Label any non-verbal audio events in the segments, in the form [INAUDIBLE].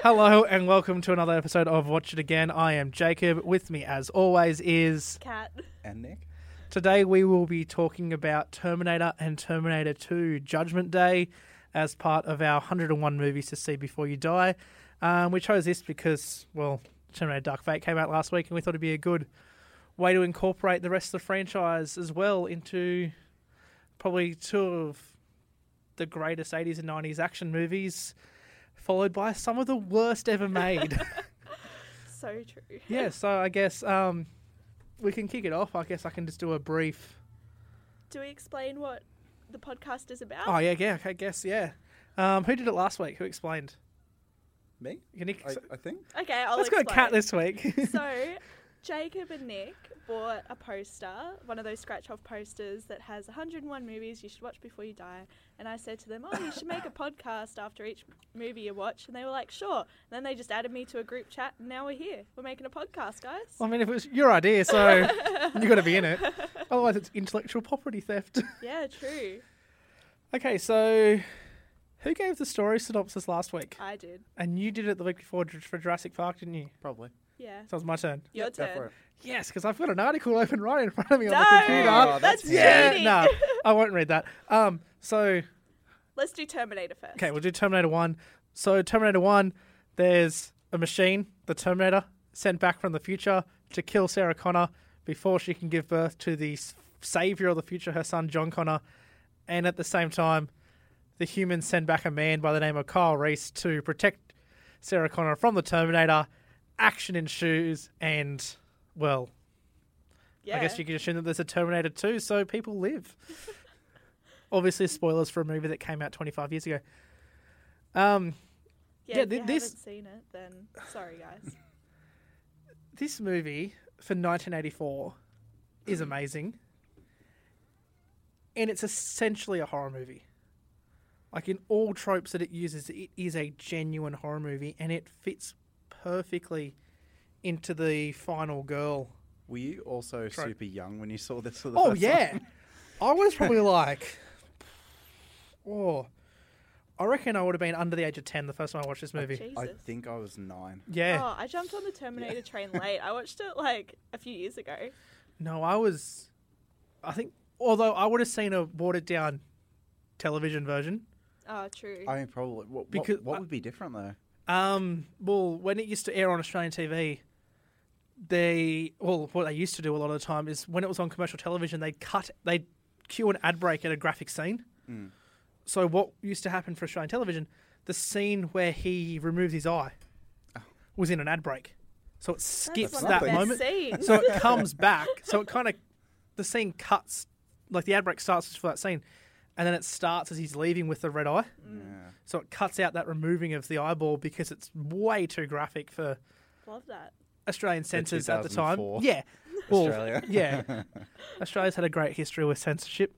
Hello and welcome to another episode of Watch It Again. I am Jacob. With me, as always, is Cat. [LAUGHS] And Nick? today we will be talking about Terminator and Terminator 2 Judgment Day as part of our 101 movies to see before you die. Um, we chose this because, well, Terminator Dark Fate came out last week and we thought it'd be a good way to incorporate the rest of the franchise as well into probably two of the greatest 80s and 90s action movies, followed by some of the worst ever made. So true. Yeah, so I guess um, we can kick it off. I guess I can just do a brief. Do we explain what the podcast is about? Oh yeah, yeah. I guess yeah. Um, who did it last week? Who explained? Me? Can Nick, I, I think. Okay, I'll Oh, let's go explain. cat [LAUGHS] this week. so, Jacob and Nick bought a poster, one of those scratch off posters that has 101 movies you should watch before you die. And I said to them, Oh, you should make [LAUGHS] a podcast after each movie you watch. And they were like, Sure. And then they just added me to a group chat, and now we're here. We're making a podcast, guys. I mean, if it was your idea, so [LAUGHS] you got to be in it. Otherwise, it's intellectual property theft. [LAUGHS] yeah, true. okay, so who gave the story synopsis last week? I did. And you did it the week before Ju- for Jurassic Park, didn't you? Probably. Yeah. So it's my turn. Your Yep, go turn. for it. Yes, because I've got an article open right in front of me No, on the computer. Oh, that's that's yeah, cheating. [LAUGHS] no, I won't read that. Um, so Let's do Terminator first. Okay, we'll do Terminator 1. So, Terminator 1, there's a machine, the Terminator, sent back from the future to kill Sarah Connor before she can give birth to the s- savior of the future, her son, John Connor. And at the same time, the humans send back a man by the name of Kyle Reese to protect Sarah Connor from the Terminator. Action ensues, and, well, Yeah. I guess you could assume that there's a Terminator 2, so people live. Obviously, spoilers for a movie that came out 25 years ago. Um, Yeah, Yeah, if thi- you this- haven't seen it, then sorry, [LAUGHS] guys. this movie for 1984 is amazing, and it's essentially a horror movie. Like in all tropes that it uses, it is a genuine horror movie, and it fits perfectly into the final girl. Were you also Try- super young when you saw this for the Oh first yeah, time? I [LAUGHS] was probably like, oh, I reckon I would have been under the age of ten the first time I watched this movie. Jesus. I think I was nine. [LAUGHS] Yeah, Oh, I jumped on the [LAUGHS] Terminator train late. I watched it like a few years ago. no, I was. I think although I would have seen a watered down television version. Oh, true. I mean, probably. What, Because what, what I- would be different though? Um, well, when it used to air on Australian TV, they well, what they used to do a lot of the time is when it was on commercial television, they'd cut, they'd cue an ad break at a graphic scene. So what used to happen for Australian television, the scene where he removes his eye was in an ad break, so it skips That's one that of the best moment. scenes. So it comes back. So it kind of the scene cuts, like the ad break starts for that scene, and then it starts as he's leaving with the red eye. Mm. Yeah. So it cuts out that removing of the eyeball because it's way too graphic for [LAUGHS] Love that. Australian censors at the time. 2004 Yeah, Well, Australia. [LAUGHS] yeah, Australia's had a great history with censorship,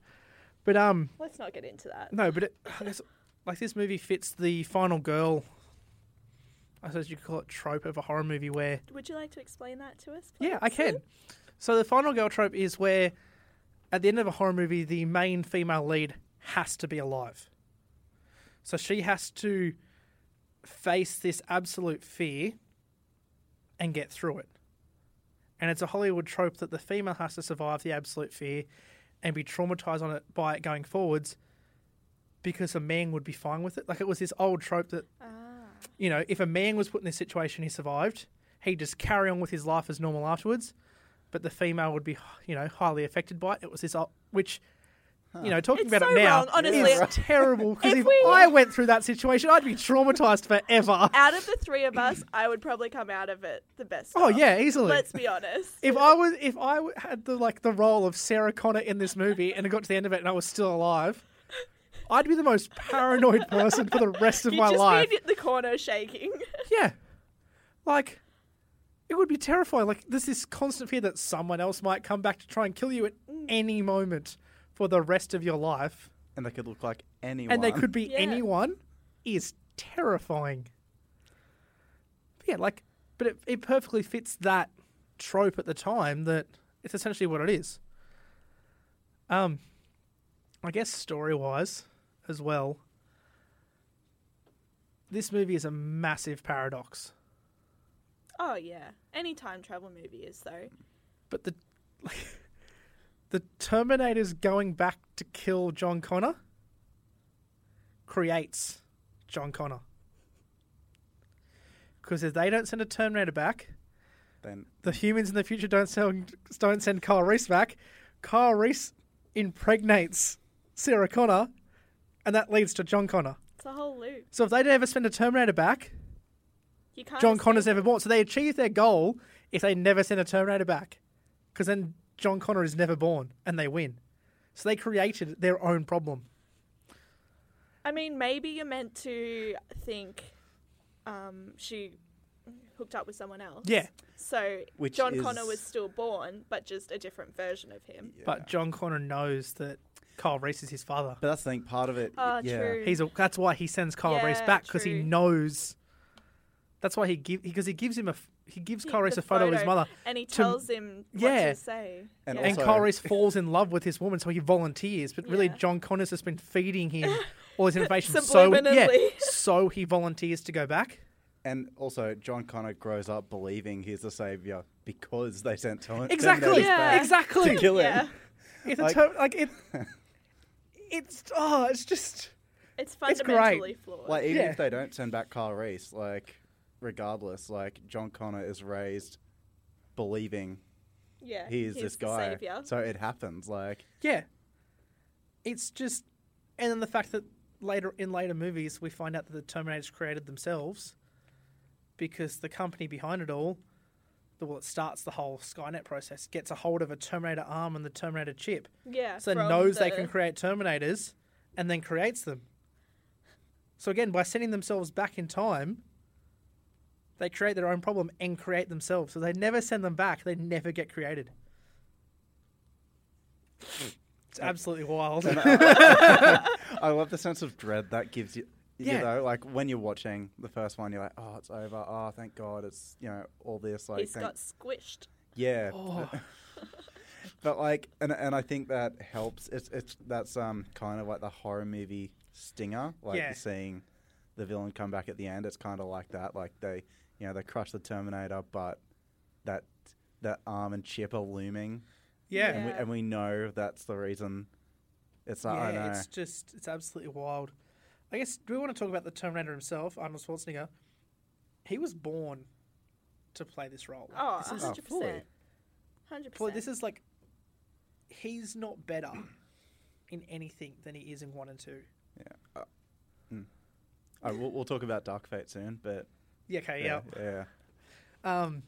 but um, Let's not get into that. no, but it, I guess, like this movie fits the final girl. I suppose you could call it trope of a horror movie where Would you like to explain that to us? Yeah, I please? can. So the final girl trope is where, at the end of a horror movie, the main female lead has to be alive. So she has to face this absolute fear and get through it. And it's a Hollywood trope that the female has to survive the absolute fear and be traumatized on it by it going forwards because a man would be fine with it. Like it was this old trope that Ah, you know, if a man was put in this situation, he survived. He'd just carry on with his life as normal afterwards, but the female would be, you know, highly affected by it. It was this, o- which, you know, talking It's about so it now wrong, honestly. is terrible. Because [LAUGHS] If if, we- I went through that situation, I'd be traumatized forever. [LAUGHS] out of the three of us, I would probably come out of it the best. Oh of. yeah, easily. Let's be honest. [LAUGHS] if I was, if I w- had the like the role of Sarah Connor in this movie, and it got to the end of it, and I was still alive, I'd be the most paranoid person for the rest of You my just life. be in the corner shaking. [LAUGHS] Yeah. Like, it would be terrifying. Like, there's this constant fear that someone else might come back to try and kill you at any moment for the rest of your life. And they could look like anyone. And they could be Yeah. anyone is terrifying. But yeah, like, but it, it perfectly fits that trope at the time that it's essentially what it is. Um, I guess story wise as well. this movie is a massive paradox. Oh yeah, any time travel movie is though. But the [LAUGHS] like, the Terminator's going back to kill John Connor creates John Connor. Because if they don't send a Terminator back, Then the humans in the future don't send don't send Kyle Reese back. Kyle Reese impregnates Sarah Connor, and that leads to John Connor. It's a whole loop. So if they don't ever send a Terminator back, You can't. John escape Connor's it. never born. So they achieve their goal if they never send a Terminator back, because then John Connor is never born, and they win. So they created their own problem. I mean, maybe you're meant to think um, she hooked up with someone else. Yeah, So Which John is- Connor was still born, but just a different version of him. but John Connor knows that Kyle Reese is his father. But that's the thing. Part of it. Oh, yeah. true. He's a, that's why he sends Kyle Reese Yeah, back because he true. knows. That's why he give because he gives him a f- he gives Kyle The Reese a photo, of his mother, and he to- tells him what Yeah. to say. And yeah. and Also- Kyle Reese falls in love with his woman, so he volunteers. But really, Yeah. John Connor's has been feeding [LAUGHS] him all this information, so yeah, Subliminally. so he volunteers to go back. And also, John Connor grows up believing he's the savior because they sent Tom. Exactly, is Yeah. bad. exactly. To kill him. yeah, It's a Like- term, like it. It's oh, it's just it's great. fundamentally flawed. Like even Yeah. if they don't send back Kyle Reese, like regardless, like John Connor is raised believing yeah, he is he's this the guy. savior. So it happens. Like yeah. It's just, and then the fact that later in later movies we find out that the Terminators created themselves, because the company behind it all, the well, it starts the whole Skynet process, gets a hold of a Terminator arm and the Terminator chip, yeah, so from knows they the- can create Terminators, and then creates them. So again, by sending themselves back in time, they create their own problem and create themselves. So they never send them back; they never get created. It's absolutely [LAUGHS] wild. I love the sense of dread that gives you. You Yeah. know, like when you're watching the first one, you're like, "Oh, it's over. Oh, thank God, it's you know all this." Like, he's thank- got squished. [LAUGHS] yeah, Oh. [LAUGHS] but like, and and I think that helps. It's it's that's um kind of like the horror movie stinger, like Yeah. seeing the villain come back at the end. It's kind of like that. Like they, you know, they crush the Terminator, but that that arm and chip are looming, Yeah, and, we, Yeah. and we know that's the reason. It's like, I yeah, know. it's just it's absolutely wild. I guess do we want to talk about the Terminator himself, Arnold Schwarzenegger? He was born to play this role. Like, Oh, this is, Oh, hundred fully. percent, hundred Well, percent. this is like he's not better in anything than he is in one and two. Oh, we'll, we'll talk about Dark Fate soon, but Yeah, okay, Uh, yeah. yeah, yeah. Um,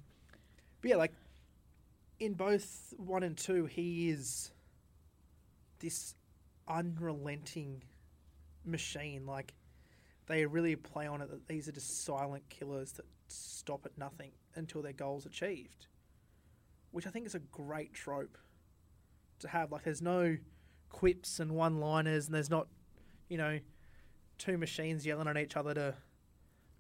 but yeah, like in both one and two, he is this unrelenting machine. Like they really play on it that these are just silent killers that stop at nothing until their goals achieved, which I think is a great trope to have. Like there's no quips and one-liners, and there's not, you know, two machines yelling at each other to.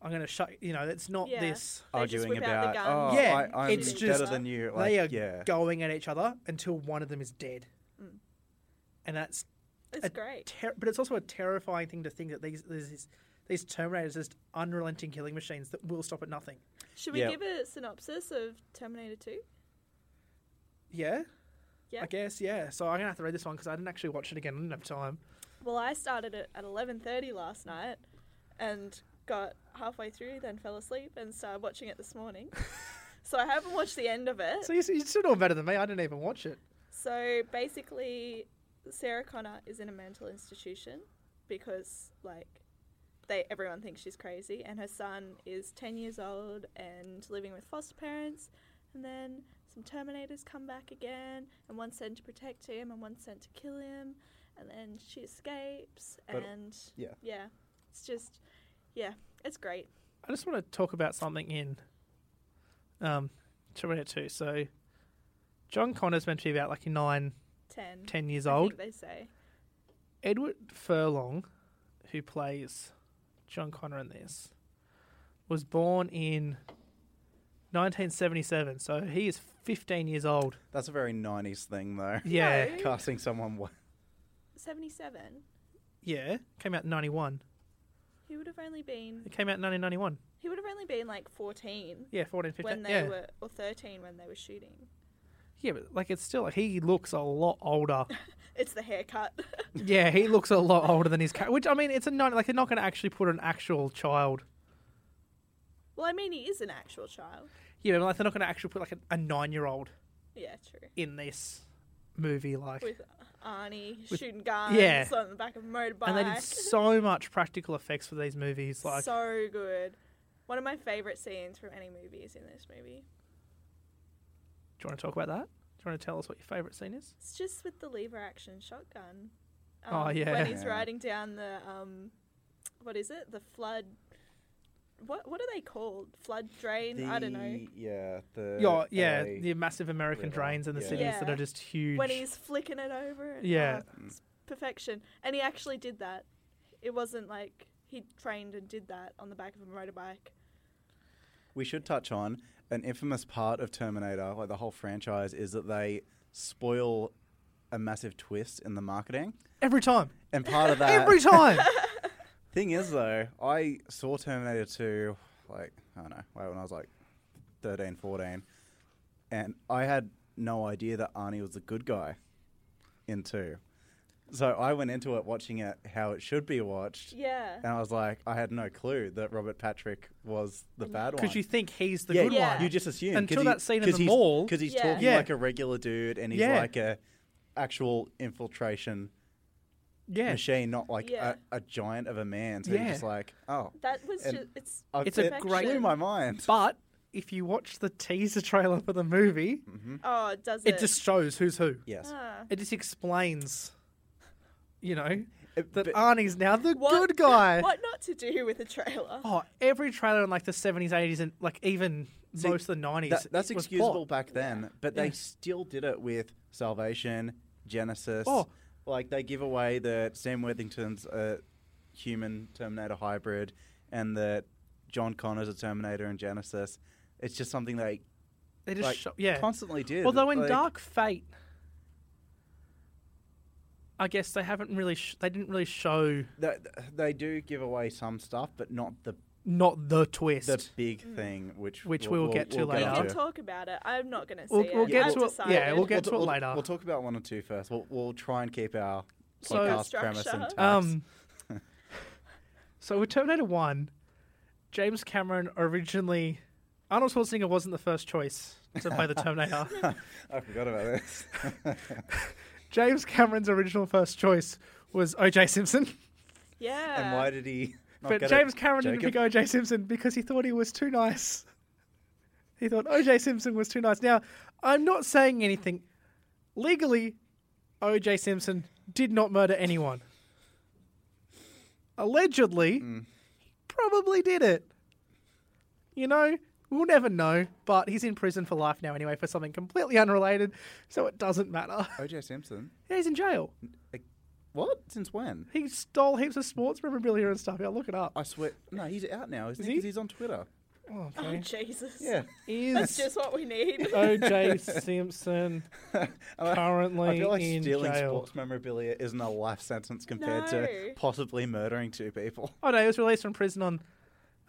I'm gonna shut you know. It's not Yeah. this They just arguing whip out the about, guns oh, Yeah, I, I'm it's better just- than you. Like, they are yeah. going at each other until one of them is dead. Mm. And that's, it's a great. ter- but it's also a terrifying thing to think that these these these, these Terminators are just unrelenting killing machines that will stop at nothing. Should we Yeah. give a synopsis of Terminator Two? Yeah, Yeah. I guess yeah. So I'm gonna have to read this one because I didn't actually watch it again. I didn't have time. Well, I started it at 11:30 last night, and got halfway through, then fell asleep, and started watching it this morning. so I haven't watched the end of it. So you you're still doing better than me. I didn't even watch it. So basically, Sarah Connor is in a mental institution because like they everyone thinks she's crazy, and her son is ten years old and living with foster parents, and then some Terminators come back again, and one's sent to protect him, and one's sent to kill him, and then she escapes, But- and yeah. yeah, it's just yeah, it's great. I just want to talk about something in um, Terminator 2. So John Connor's meant to be about like nine, Ten, ten years I old. think they say Edward Furlong, who plays John Connor in this, was born in 1977, so he is 15 years old. That's a very 90s thing, [LAUGHS] though. [LAUGHS] Yeah, No. Casting someone. wa- seventy-seven. yeah, came out in 91. He He would have only been It came out in 1991. he would have only been like 14 Yeah, 14, 15. when they yeah. were or 13 when they were shooting. yeah, but like it's still he looks a lot older. [LAUGHS] It's the haircut. [LAUGHS] yeah, he looks a lot older than his cat. Which I mean, it's a non like they're not going to actually put an actual child. well, I mean, he is an actual child. Yeah, but like they're not going to actually put like a, a nine-year-old Yeah, true. in this movie. Like, With Arnie With- shooting guns yeah. on the back of a motorbike. and they [LAUGHS] did so much practical effects for these movies. Like, so good. One of my favorite scenes from any movie is in this movie. do you want to talk about that? Do you want to tell us what your favorite scene is? It's just with the lever action shotgun. Um, Oh, yeah. When he's Yeah. riding down the um, what is it? The flood. What what are they called? Flood drain? I don't know. The- Yeah, the Yeah, yeah, LA the massive American river, drains in the Uh, yeah. cities that Yeah. are just huge. When he's flicking it over. and- Yeah. oh, it's perfection. And he actually did that. It wasn't like he trained and did that on the back of a motorbike. we should touch on an infamous part of Terminator, like the whole franchise, is that they spoil a massive twist in the marketing. every time, And part of [LAUGHS] that every [LAUGHS] time. thing is though, I saw Terminator 2 like I don't know, like when I was like 13, 14, and I had no idea that Arnie was the good guy in 2. So I went into it watching it how it should be watched. Yeah. And I was like, I had no clue that Robert Patrick was the bad one. Because you think he's the yeah, good you- Yeah. one. You just assume Until that scene in the mall. because he's Yeah. talking Yeah. like a regular dude, and he's Yeah. like a actual infiltration yeah, machine, not like Yeah. a, a giant of a man. So Yeah. you're just like, oh, That was And- just it's I- It's a it great- blew my mind. but if you watch the teaser trailer for the movie, Mm-hmm. oh it does it, it just shows who's who. Yes, Ah. It just explains, you know, It- that but- uh, Arnie's now the What- good [LAUGHS] guy. What not to do with a trailer? Oh, every trailer in like the seventies, eighties, and like even See, most of the nineties. that- that's was excusable plot. back then, but they Yeah. still did it with Salvation, Genesis. Oh. Like they give away that Sam Worthington's a human Terminator hybrid, and that John Connor's a Terminator in Genesis. It's just something they They just like, show, yeah. constantly did. Although in Like, Dark Fate, I guess they haven't really. Sh- they didn't really show they, they do give away some stuff, but not the not the twist. the big thing, which Mm. Which we will get to we later. can Yeah. talk about it. I'm not going to see We'll- it. we'll get I've to it- decided. yeah, we'll get- to it we'll, later. We'll talk about one or two first. We'll we'll try and keep our So- podcast premise Structure. intact. Um, [LAUGHS] so with Terminator One, James Cameron originally Arnold Schwarzenegger wasn't the first choice to play [LAUGHS] the Terminator. Um, I forgot about this. [LAUGHS] James Cameron's original first choice was O.J. Simpson, Yeah. and why did he? Not but get James it? Cameron Jacob? didn't pick O.J. Simpson because he thought he was too nice. [LAUGHS] He thought O.J. Simpson was too nice. Now, I'm not saying anything. Legally, O.J. Simpson did not murder anyone. Allegedly, Hmm. he probably did it. You know, we'll never know, but he's in prison for life now anyway for something completely unrelated, so it doesn't matter. [LAUGHS] OJ Simpson. Yeah, he's in jail. Like, what? Since when? He stole heaps of sports memorabilia and stuff. Yeah, look it up. I swear. No, he's out now, isn't Is he? he? Because he's on Twitter. Oh, Oh okay. Jesus. Yeah. That's Is just what [LAUGHS] we need. OJ Simpson currently [LAUGHS] I feel like in stealing jail? sports memorabilia isn't a life sentence compared No. to possibly murdering two people. Oh no, he was released from prison on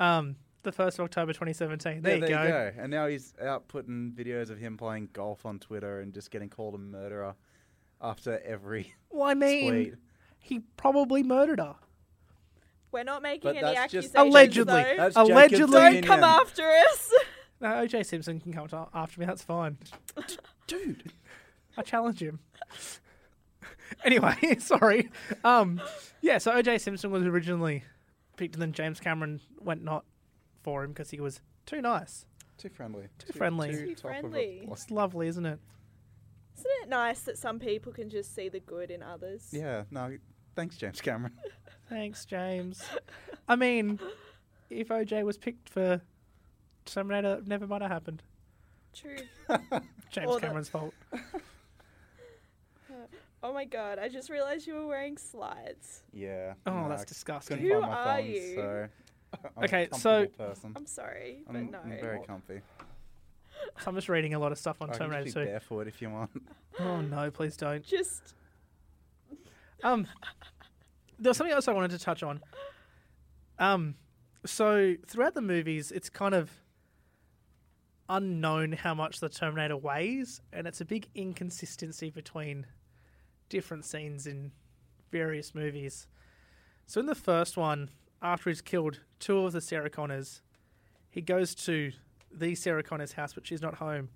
um, the first of October 2017. There, yeah, there you, go. you go. And now he's out putting videos of him playing golf on Twitter and just getting called a murderer after every [LAUGHS] Well, I mean, tweet. he probably murdered her. We're not making But any that's just accusations. Allegedly. though. That's Allegedly- Don't Jacob's Don't opinion. come after us. [LAUGHS] No, OJ Simpson can come to- after me. That's fine. dude. I challenge him. [LAUGHS] anyway, [LAUGHS] sorry. Um, yeah, so OJ Simpson was originally picked, and then James Cameron went not for him because he was too nice. Too friendly. Too, friendly. Too top of a friendly. block. It's lovely, isn't it? Isn't it nice that some people can just see the good in others? Yeah. No. Thanks, James Cameron. [LAUGHS] Thanks, James. I mean, if OJ was picked for Terminator, it never might have happened. True. James Or the- Cameron's fault. Oh my god, I just realized you were wearing slides. Yeah. Oh, no, that's I disgusting. couldn't Who find my are phone, you? So I'm a Okay, so- comfortable person. I'm sorry, I'm, but I'm no. very comfy. So I'm just reading a lot of stuff on I can Terminator just be 2. barefoot if you want. [LAUGHS] Oh no, please don't. just Um, there was something else I wanted to touch on. Um, so throughout the movies, it's kind of unknown how much the Terminator weighs, and it's a big inconsistency between different scenes in various movies. So in the first one, after he's killed two of the Sarah Connors, he goes to the Sarah Connor's house, but she's not home.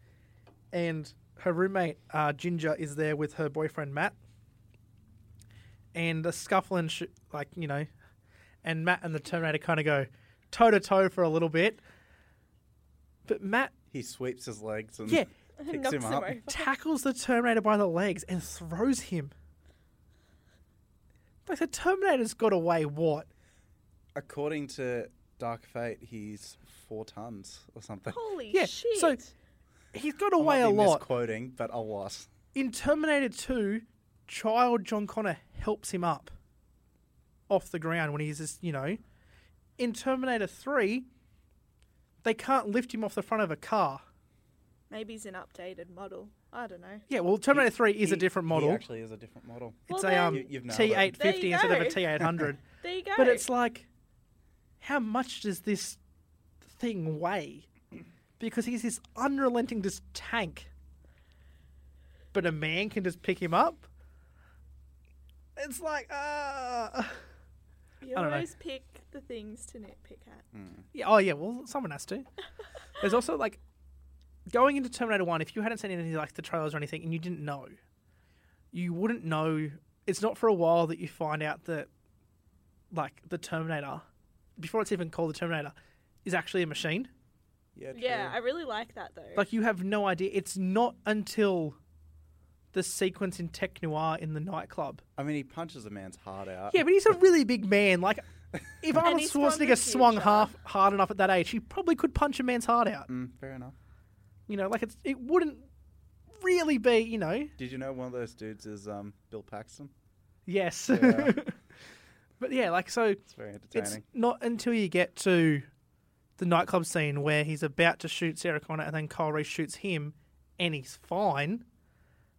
And her roommate, uh, Ginger, is there with her boyfriend, Matt. And the scuffling, sh- like, you know, and Matt and the Terminator kind of go toe to toe for a little bit. But Matt He sweeps his legs and Yeah. picks Knocks him him up. [LAUGHS] over. tackles the Terminator by the legs and throws him. Like, the Terminator's got away what? According to Dark Fate, he's four tons or [LAUGHS] something. Holy Yeah, shit. so- He's got I might away a be lot. Misquoting, but I was. in Terminator 2, child John Connor helps him up off the ground when he's just, you know. In Terminator 3, they can't lift him off the front of a car. Maybe he's an updated model. I don't know. Yeah, well, Terminator 3 is a He- different he model. actually is a different model. it's Well, a um, You- you've nailed it. There T850 you instead of a go. T800. [LAUGHS] There you go. but it's like, how much does this thing weigh? Because he's this unrelenting just tank. But a man can just pick him up? It's like, uh... you I don't know. always pick the things to nitpick at. Yeah, oh yeah, well someone has [LAUGHS] to. There's also like going into Terminator One, if you hadn't seen any like the trailers or anything and you didn't know, you wouldn't know it's not for a while that you find out that like the Terminator before it's even called the Terminator is actually a machine. Yeah, true. Yeah, I really like that though. Like you have no idea. It's not until the sequence in Tech Noir in the nightclub. I mean, he punches a man's heart out. Yeah, but he's a really big man. Like [LAUGHS] if Arnold Uh, he's from the Schwarzenegger swung future. half hard enough at that age, he probably could punch a man's heart out. Mm, fair enough. You know, like it's it wouldn't really be, you know. Did you know one of those dudes is um, Bill Paxton? Yes. Yeah. [LAUGHS] but yeah, like so It's very entertaining. it's not until you get to the nightclub scene where he's about to shoot Sarah Connor and then Kyle Reese shoots him and he's fine.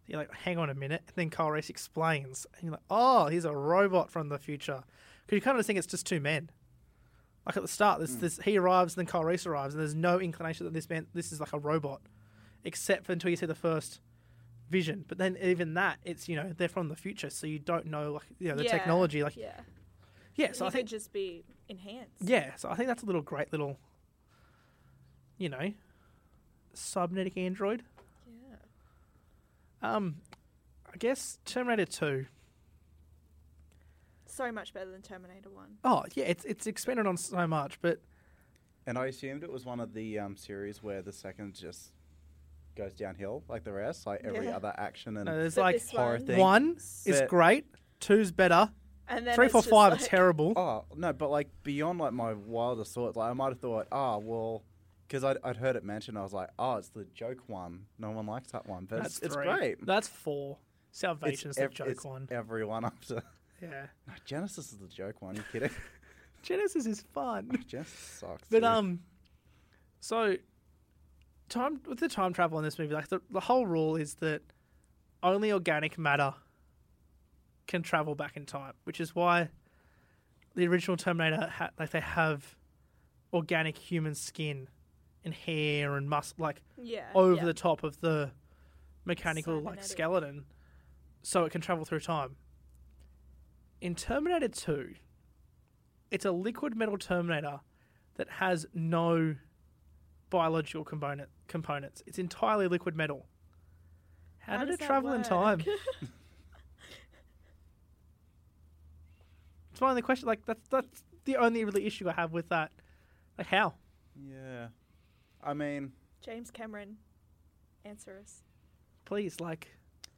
You're like, hang on a minute. And then Kyle Reese explains. And you're like, oh, he's a robot from the future. Because you kind of think it's just two men. Like at the start, this, this, he arrives and then Kyle Reese arrives, and there's no inclination that this man, this is like a robot, except for until you see the first vision. But then even that, it's, you know, they're from the future, so you don't know, like, you know, the Yeah, technology. Like, yeah, yeah, so he I think could just be enhanced. yeah, so I think that's a little great little, you know, cybernetic android. Yeah. Um, I guess Terminator Two. So much better than Terminator One. Oh yeah, it's it's expanded on so much, but and I assumed it was one of the um, series where the second just goes downhill like the rest, like every Yeah. other action and no, there's But like this horror one- thing. one is Set. great, two's better, And then three, it's four, just five like, are terrible. Oh no, but like beyond like my wildest thoughts, like I might have thought, ah, well, because I'd, I'd heard it mentioned, I was like, oh, it's the joke one. No one likes that one, but that's it's, it's three. great. That's four. It's Salvation's ev- the joke it's one. Everyone after [LAUGHS] yeah, no, Genesis is the joke one. you [LAUGHS] kidding? [LAUGHS] Genesis is fun. Genesis sucks. But dude. um, so time with the time travel in this movie, like the the whole rule is that only organic matter can travel back in time, which is why the original Terminator ha- like they have organic human skin and hair and muscle like [LAUGHS] Yeah. over yeah. the top of the mechanical like Cybernetic. skeleton so it can travel through time. In Terminator 2, it's a liquid metal Terminator that has no biological component components. It's entirely liquid metal. How, did does it that travel in [LAUGHS] time? work? It's one of the questions like that's that's the only really issue I have with that. Like how? yeah, I mean, James Cameron, answer us. Please, like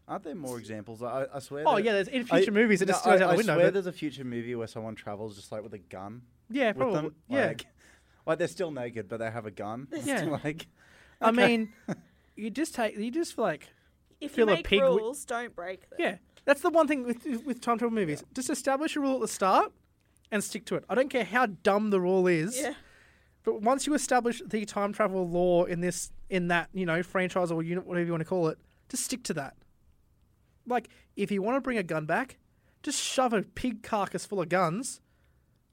aren't there more examples? I, I swear. Oh that- yeah, there's in I- future movies it no, just goes I, out the I window. swear but- there's a future movie where someone travels just like with a gun yeah, with probably. them. yeah. Like, [LAUGHS] like they're still naked, but they have [LAUGHS] a gun. [LAUGHS] Yeah. like I Okay. [LAUGHS] mean, you just take you just like If Feel a you make pig wi- rules, don't break them. yeah. That's the one thing with with time travel movies. Just establish a rule at the start and stick to it. I don't care how dumb the rule [LAUGHS] is, Yeah. but once you establish the time travel law in this in that you know franchise or unit whatever you want to call it, just stick to that. Like if you want to bring a gun back, just shove a pig carcass full of guns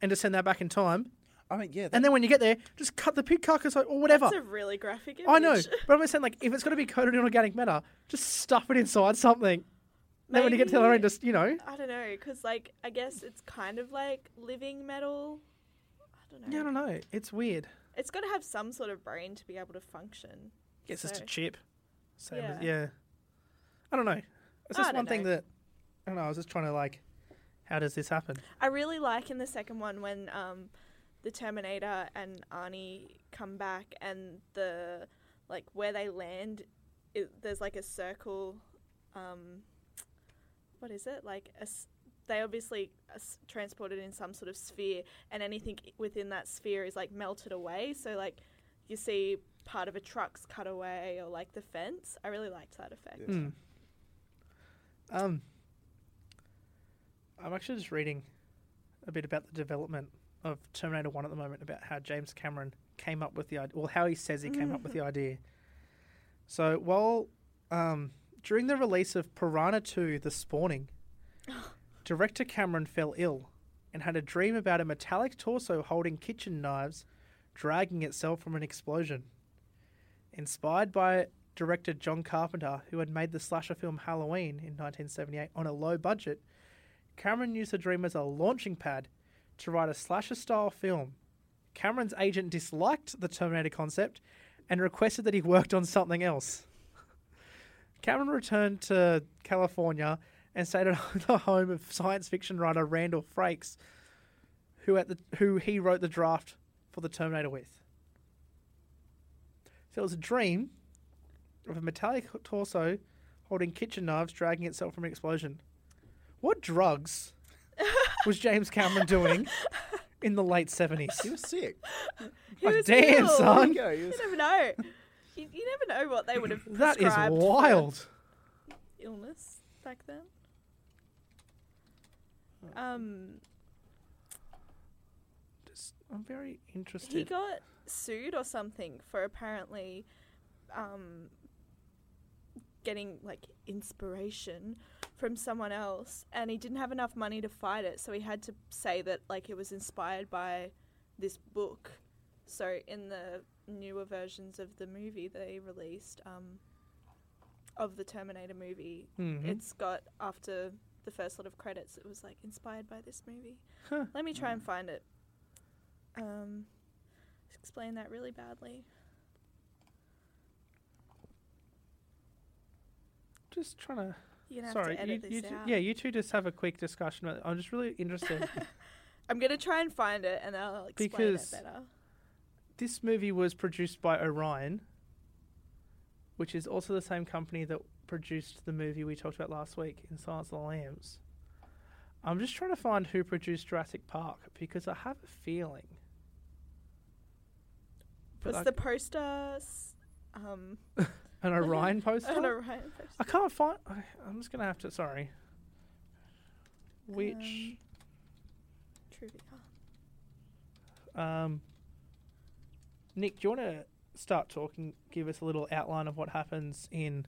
and just send that back in time. I mean, yeah. That, And then when you get there, just cut the pig carcass or or whatever. That's a really graphic image. I know, but I'm just saying, like, if it's going to be coated in organic matter, just stuff it inside something. [LAUGHS] Then when you get to the other end, just you know, I don't know, because, like, I guess it's kind of like living metal. I don't know. yeah, I don't know. It's weird. It's got to have some sort of brain to be able to function. It's just a So- chip. Same yeah. Yeah. as yeah. I don't know. It's I just one don't thing know. that I don't know. I was just trying to like, how does this happen? I really like in the second one when um, the Terminator and Arnie come back and the like where they land, it, there's like a circle. Um, what is it like? A, s- they obviously are s- transported in some sort of sphere, and anything i- within that sphere is like melted away. So like you see part of a truck's cut away or like the fence. I really liked that effect. Yeah. Hmm. Um, I'm actually just reading a bit about the development of Terminator One at the moment, about how James Cameron came up with the idea, well, how he says he came up with the idea. So while um, during the release of Piranha Two: The Spawning, director Cameron fell ill and had a dream about a metallic torso holding kitchen knives dragging itself from an explosion. Inspired by director John Carpenter, who had made the slasher film Halloween in 1978 on a low budget, Cameron used the dream as a launching pad to write a slasher style film. Cameron's agent disliked the Terminator concept and requested that he worked on something else. [LAUGHS] Cameron returned to California and stayed at [LAUGHS] the home of science fiction writer Randall Frakes, who, at the, who he wrote the draft for the Terminator with. So it was a dream of a metallic torso holding kitchen knives dragging itself from an explosion. What [LAUGHS] drugs was James Cameron doing in the late 70s? He was sick. He Oh, was damn, ill. son. There you [LAUGHS] go, he was- You never know. You, you never know what they would have That is prescribed for wild. illness back then. Um, Just- I'm very he interested. got sued or something for apparently um, getting like inspiration from someone else, and he didn't have enough money to fight it, so he had to say that like it was inspired by this book. So in the newer versions of the movie they released um, of the Terminator movie, Mhm. it's got after the first lot of credits it was like inspired by this movie Huh. Mm. let me try and find it um explain that really badly Just trying to. you're gonna Sorry, have to you, edit you this two- out yeah, you two just have a quick discussion. About, I'm just really interested. [LAUGHS] i'm gonna try and find it and i'll explain Because- it better this movie was produced by Orion, which is also the same company that produced the movie we talked about last week in Silence of the Lambs. I'm just trying to find who produced Jurassic Park because I have a feeling. But was I- the poster s- um an [LAUGHS] Orion poster? an Orion poster I can't find. I, I'm just gonna have to. Sorry. Um, Which trivia um, Nick, do you want to start talking? Give us a little outline of what happens in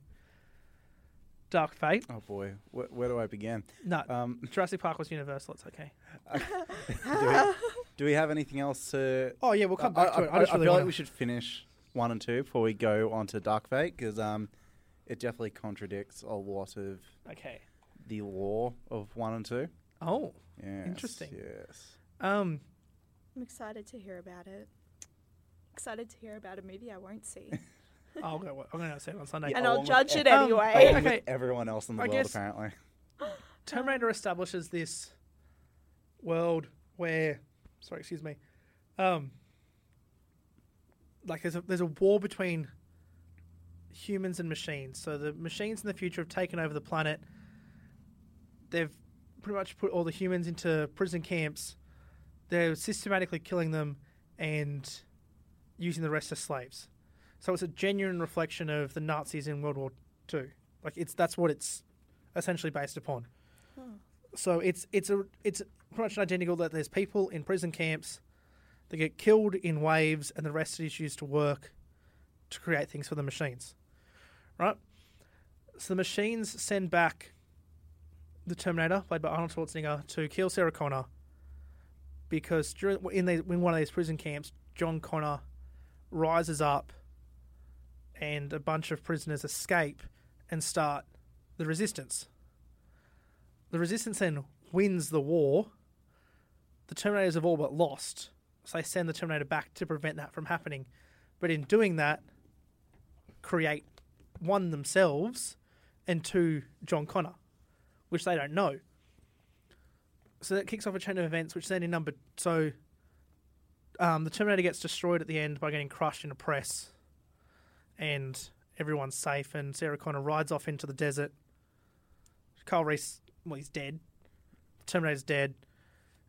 Dark Fate. [LAUGHS] Oh boy, where, where do I begin? No, Um, [LAUGHS] Jurassic Park was Universal. It's okay. do, we, do we have anything else to? Oh yeah, Ah. we'll come back I, to it. I, just really feel want like we should finish one and two before we go on to Dark Fate because um, it definitely contradicts a lot of Okay. the lore of one and two. Oh, Yes, Interesting. Yes. um, i'm excited to hear about it excited to hear about a movie i [LAUGHS] won't see I'll go. I'm going to say it on Sunday. Yeah, and along i'll with judge it Um, anyway Along with Okay. everyone else in the I world, guess- apparently. Terminator establishes this world where, sorry, excuse me, um, like there's a, there's a war between humans and machines. So the machines in the future have taken over the planet. They've pretty much put all the humans into prison camps. They're systematically killing them and using the rest as slaves. So it's a genuine reflection of the Nazis in World War Two. Like it's that's what it's essentially based upon. So it's it's a it's pretty much identical that there's people in prison camps that get killed in waves, and the rest is used to work to create things for the machines, right? So the machines send back the Terminator, played by Arnold Schwarzenegger, to kill Sarah Connor, because during, in, these, in one of these prison camps, John Connor rises up and a bunch of prisoners escape and start the resistance. The resistance then wins the war. The Terminators have all but lost, so they send the Terminator back to prevent that from happening. But in doing that, create one themselves and two John Connor, which they don't know. So that kicks off a chain of events, which then in number so um, the Terminator gets destroyed at the end by getting crushed in a press, and everyone's safe. And Sarah Connor rides off into the desert. Carl Reese, well, he's dead. Terminator's dead,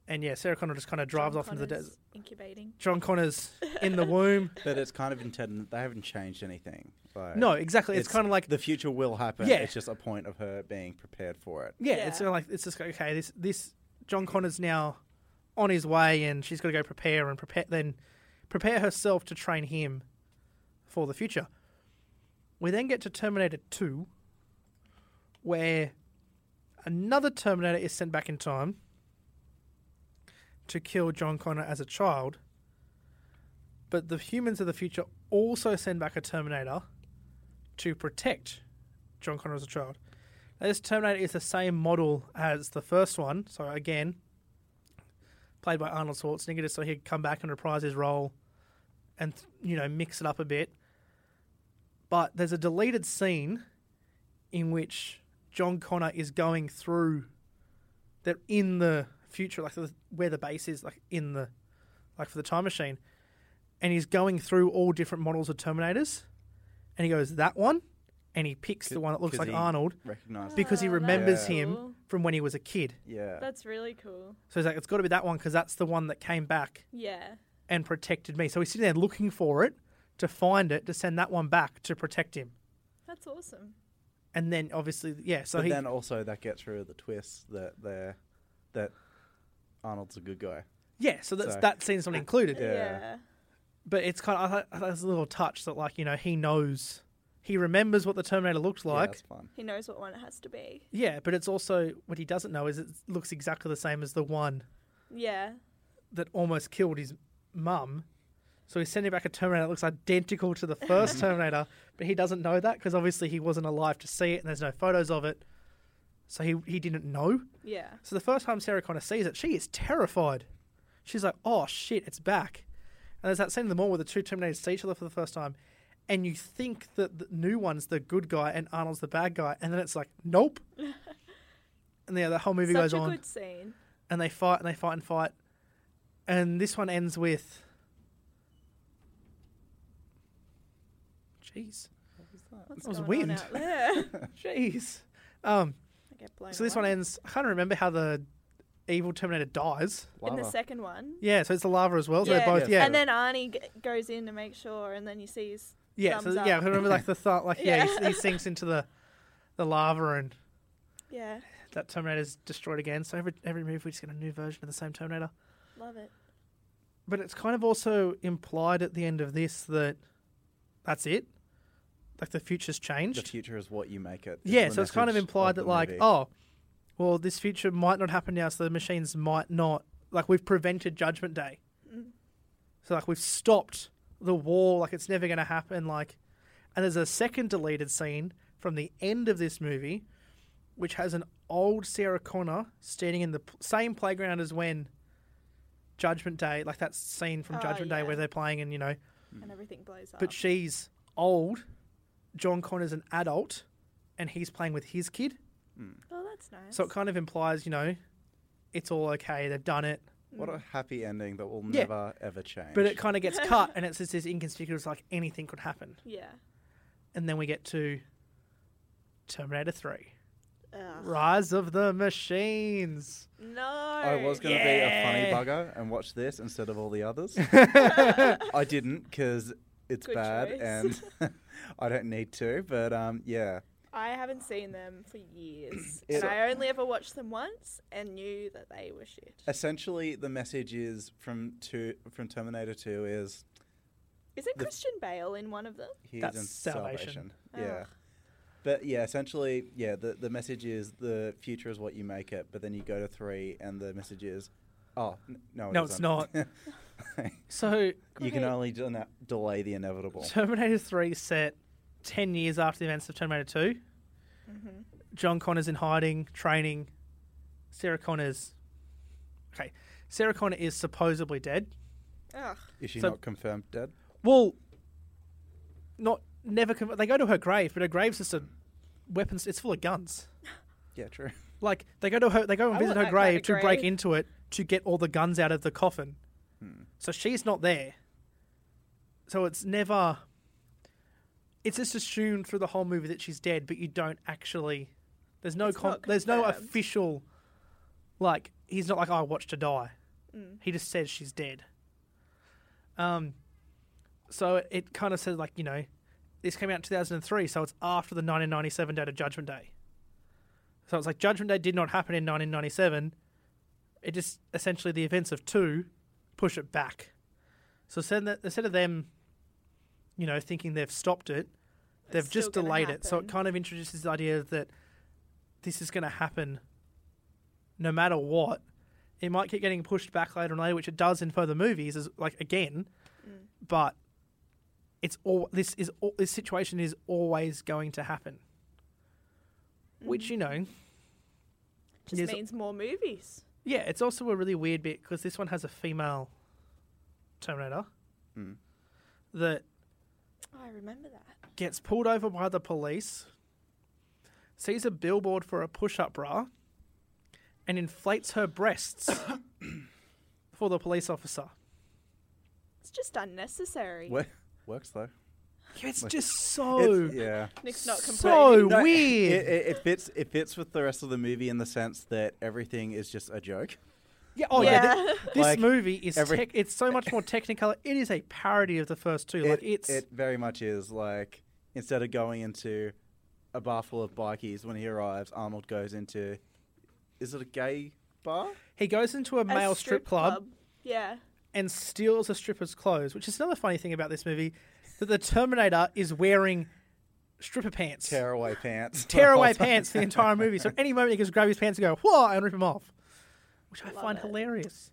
and yeah, Sarah Connor just kind of [LAUGHS] drives John off into the Connor's desert. Incubating. John Connor's in the womb. But it's kind of intended. They haven't changed anything. Like, No, exactly. It's, kind of like the future will happen. Yeah. It's just a point of her being prepared for it. yeah, it's Yeah. kinda like it's just okay. This this John Connor's now on his way, and she's got to go prepare and prepare then prepare herself to train him for the future. We then get to Terminator Two, where another Terminator is sent back in time to kill John Connor as a child. But the humans of the future also send back a Terminator to protect John Connor as a child. Now, this Terminator is the same model as the first one. So, again, played by Arnold Schwarzenegger, just so he'd come back and reprise his role and, you know, mix it up a bit. But there's a deleted scene in which John Connor is going through that in the future, like the, where the base is, like in the, like for the time machine. And he's going through all different models of Terminators. And he goes, that one. And he picks the one that looks 'Cause like he- Arnold Recognize. because he Oh, that's remembers cool. him from when he was a kid. yeah. That's really cool. So he's like, it's got to be that one because that's the one that came back Yeah. and protected me. So he's sitting there looking for it to find it to send that one back to protect him. That's awesome. And then obviously, yeah. So but he, then also that gets rid of the twist that they're that Arnold's a good guy. yeah. So that's so- that scene's not included. Yeah. But it's kind of I thought- I thought that's a little touch that like you know he knows, he remembers what the Terminator looked Yeah, like. that's fun. He knows what one it has to be. yeah, but it's also what he doesn't know is it looks exactly the same as the one Yeah. that almost killed his mum. So he's sending back a Terminator that looks identical to the [LAUGHS] first Terminator, but he doesn't know that because obviously he wasn't alive to see it and there's no photos of it. So he, he didn't know. Yeah. So the first time Sarah Connor sees it, she is terrified. She's like, oh shit, it's back. And there's that scene in the mall where the two Terminators see each other for the first time, and you think that the new one's the good guy and Arnold's the bad guy, and then it's like, [LAUGHS] nope. and yeah, the whole movie Such goes a on good scene. and they fight and they fight and fight. And this one ends with. Jeez. What's That was going weird. On [LAUGHS] out there? [LAUGHS] I Jeez. Um, get blown so this one away. ends. I can't remember how the evil Terminator dies. in the Lava. second one. Yeah, so it's the lava as well. So they're both, Yeah. yeah. And then Arnie g- goes in to make sure, and then you see his. yeah, so, thumbs up. yeah, I remember like the thought, like, yeah, he, [LAUGHS] Yeah. he sinks into the the lava and Yeah, that Terminator's destroyed again. So every, every movie, we just get a new version of the same Terminator. love it. But it's kind of also implied at the end of this that that's it. Like the future's changed. The future is what you make it. is yeah, the so it's kind of message implied the that like, movie. oh, well, this future might not happen now, so the machines might not like we've prevented Judgment Day. So like we've stopped the war, like it's never going to happen. Like, and there's a second deleted scene from the end of this movie, which has an old Sarah Connor standing in the p- same playground as when Judgment Day, like that scene from Oh, Judgment Day yeah. Oh. where they're playing and you know And everything blows up. Hmm. but she's old. John Connor's an adult, and he's playing with his kid. oh, that's nice. So it kind of implies, you know, it's all okay. They've done it, what a happy ending that will Yeah. never ever change. but it kind of gets cut, and it's just this inconspicuous, like anything could happen. yeah. And then we get to Terminator Three: Ugh. Rise of the Machines. No. I was going to be Yeah. a funny bugger and watch this instead of all [LAUGHS] the others. I didn't because it's Good bad choice. and [LAUGHS] I don't need to. But um, yeah, [LAUGHS] I haven't seen them for years, It- and I only ever watched them once and knew that they were shit. essentially the message is from two from Terminator Two is Isn't the- Christian Bale in one of them? he's That's in salvation. salvation. Yeah. Ugh. But yeah, essentially, yeah, the, the message is the future is what you make it. But then you go to three, and the message is Oh n- no, it No, it's isn't. not. So you can Great. only do na- delay the inevitable. Terminator 3 set 10 years after the events of Terminator 2. John Connor's in hiding, training. Sarah Connor's. Okay. Sarah Connor is supposedly dead. Ugh. Is she So- not confirmed dead? Well, not never. Con- they go to her grave, but her grave's just a weapons. It's full of guns. [LAUGHS] Yeah, true. Like they go to her, they go and I visit want her that kind grave of to break grave. into it to get all the guns out of the coffin. So she's not there. So it's never. It's just assumed through the whole movie that she's dead, but you don't actually. There's no It's con- not there's no confirmed. official. Like he's not like "Oh, I watched her die. Hmm. He just says she's dead. Um, so it, it kind of says like you know, this came out in 2003, so it's after the 1997 date of Judgment Day. So it's like Judgment Day did not happen in 1997. It just essentially the events of two push it back. So instead of, instead of them, you know, thinking they've stopped it, they've still just gonna delayed it. So it happen. kind of introduces the idea that this is going to happen no matter what. It might keep getting pushed back later and later, which it does in further movies, is like again, but it's all this is all, this situation is always going to happen, which you know Just Yes. means more movies. Yeah, it's also a really weird bit because this one has a female Terminator Mm. that Oh, I remember that. gets pulled over by the police, sees a billboard for a push up bra, and inflates her breasts for the police officer. It's just unnecessary. Wo- works though. Yeah, It's Like, just so It's- yeah. Nick's not so complaining. No, weird. It, it, it fits. It fits with the rest of the movie in the sense that everything is just a joke. yeah, oh yeah. thi- [LAUGHS] this Like, movie is every- tech, it's so much more technical. It is a parody of the first two. like it, it's it very much is like instead of going into a bar full of bikies when he arrives, Arnold goes into is it a gay bar? he goes into a A male strip club. Yeah. and steals a stripper's clothes, which is another funny thing about this movie that the Terminator is wearing stripper pants, Tearaway [LAUGHS] pants. [LAUGHS] tearaway pants for the entire movie. So at any moment he can just grab his pants and go, whoa, and rip him off, which I Love find it. hilarious.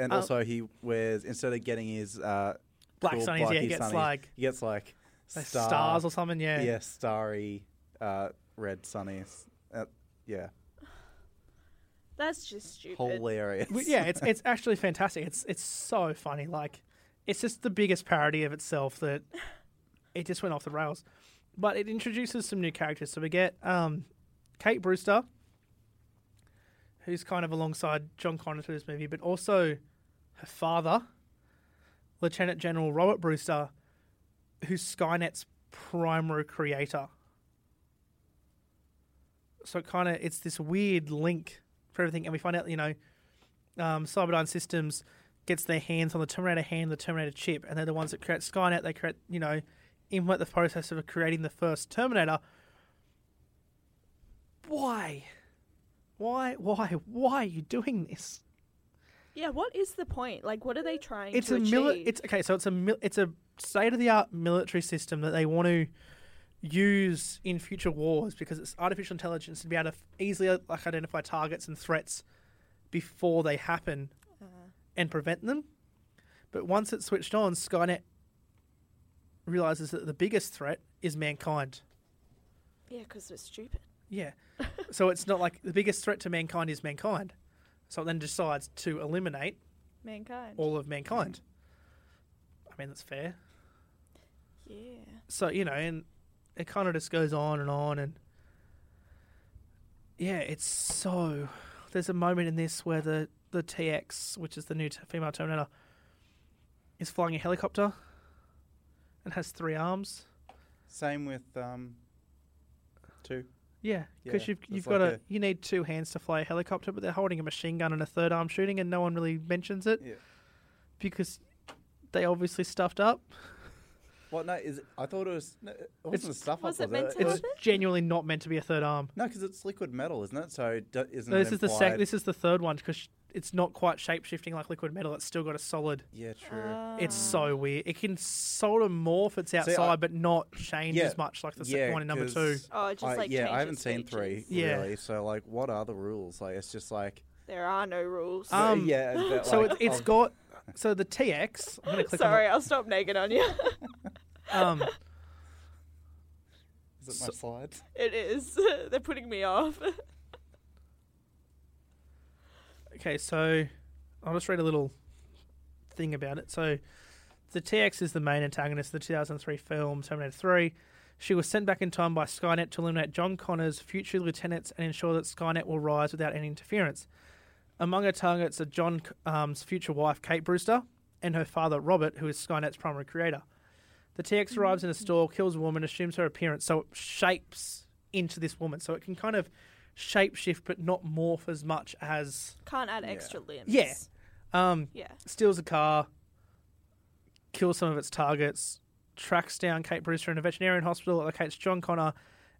And Um, also he wears instead of getting his uh, Black cool Sunnies, yeah, he bikie gets sunnies, like he gets like those star- stars or something, yeah. yeah, starry uh, red sunnies. Uh, yeah, That's just stupid. hilarious. Well, yeah, it's it's actually fantastic. It's it's so funny. Like, it's just the biggest parody of itself that it just went off the rails. But it introduces some new characters. So we get um, Kate Brewster, who's kind of alongside John Connor through this movie, but also her father, Lieutenant General Robert Brewster, who's Skynet's primary creator. So kind of it's this weird link for everything, and we find out you know um, Cyberdyne Systems gets their hands on the Terminator hand, the Terminator chip, and they're the ones that create Skynet. They create, you know, implement the process of creating the first Terminator. Why? Why? Why? Why are you doing this? Yeah, what is the point? Like, what are they trying It's to a mili- achieve? It's okay. So it's a mil- it's a state of the art military system that they want to use in future wars because it's artificial intelligence to be able to f- easily like identify targets and threats before they happen Uh-huh. and prevent them. But once it's switched on, Skynet realizes that the biggest threat is mankind. Yeah, because they're stupid. Yeah. so it's not like the biggest threat to mankind is mankind. So it then decides to eliminate Mankind. all of mankind. I mean, that's fair. yeah. so you know, and it kind of just goes on and on, and yeah, it's so. There's a moment in this where the the TX, which is the new t- female Terminator, is flying a helicopter and has three arms. Same with um, two. Yeah, because Yeah, you've you've it's got like a, a- you need two hands to fly a helicopter, but they're holding a machine gun and a third arm shooting, and no one really mentions it Yeah. because they obviously stuffed up. Well, no, is it, I thought it was. No, it wasn't a stuff Was up, it meant to It's Was it? genuinely not meant to be a third arm. No, because it's liquid metal, isn't it? So it do- isn't No, it this is the sec- implied- this is the third one because it's not quite shape shifting like liquid metal. It's still got a solid. Yeah, true. Uh, Um, It's Ah. so weird. It can sort of morph its outside, but not change Yeah, as much like the yeah, second one in number two. 'cause Oh, it just, I- like, yeah, changes I haven't seen three features. Yeah. really. So like, what are the rules? Like, it's just like There are no rules. Uh, [LAUGHS] Um, yeah, but, So like, oh, it, it's I'll- got so the TX. I'm gonna click Sorry, I'll stop nagging on you. [LAUGHS] on. The, um, Is it my [LAUGHS] slides? it is. [LAUGHS] They're putting me off. [LAUGHS] okay, so I'll just read a little thing about it. So the TX is the main antagonist of the 2003 film Terminator 3. She was sent back in time by Skynet to eliminate John Connor's future lieutenants and ensure that Skynet will rise without any interference. Among her targets are John um's future wife, Kate Brewster, and her father, Robert, who is Skynet's primary creator. The TX arrives in a store, kills a woman, assumes her appearance, so it shapes into this woman. So it can kind of shape shift, but not morph as much as Can't add Yeah. extra limbs. Yeah. um, Yeah. steals a car, kills some of its targets, tracks down Kate Brewster in a veterinarian hospital, locates John Connor,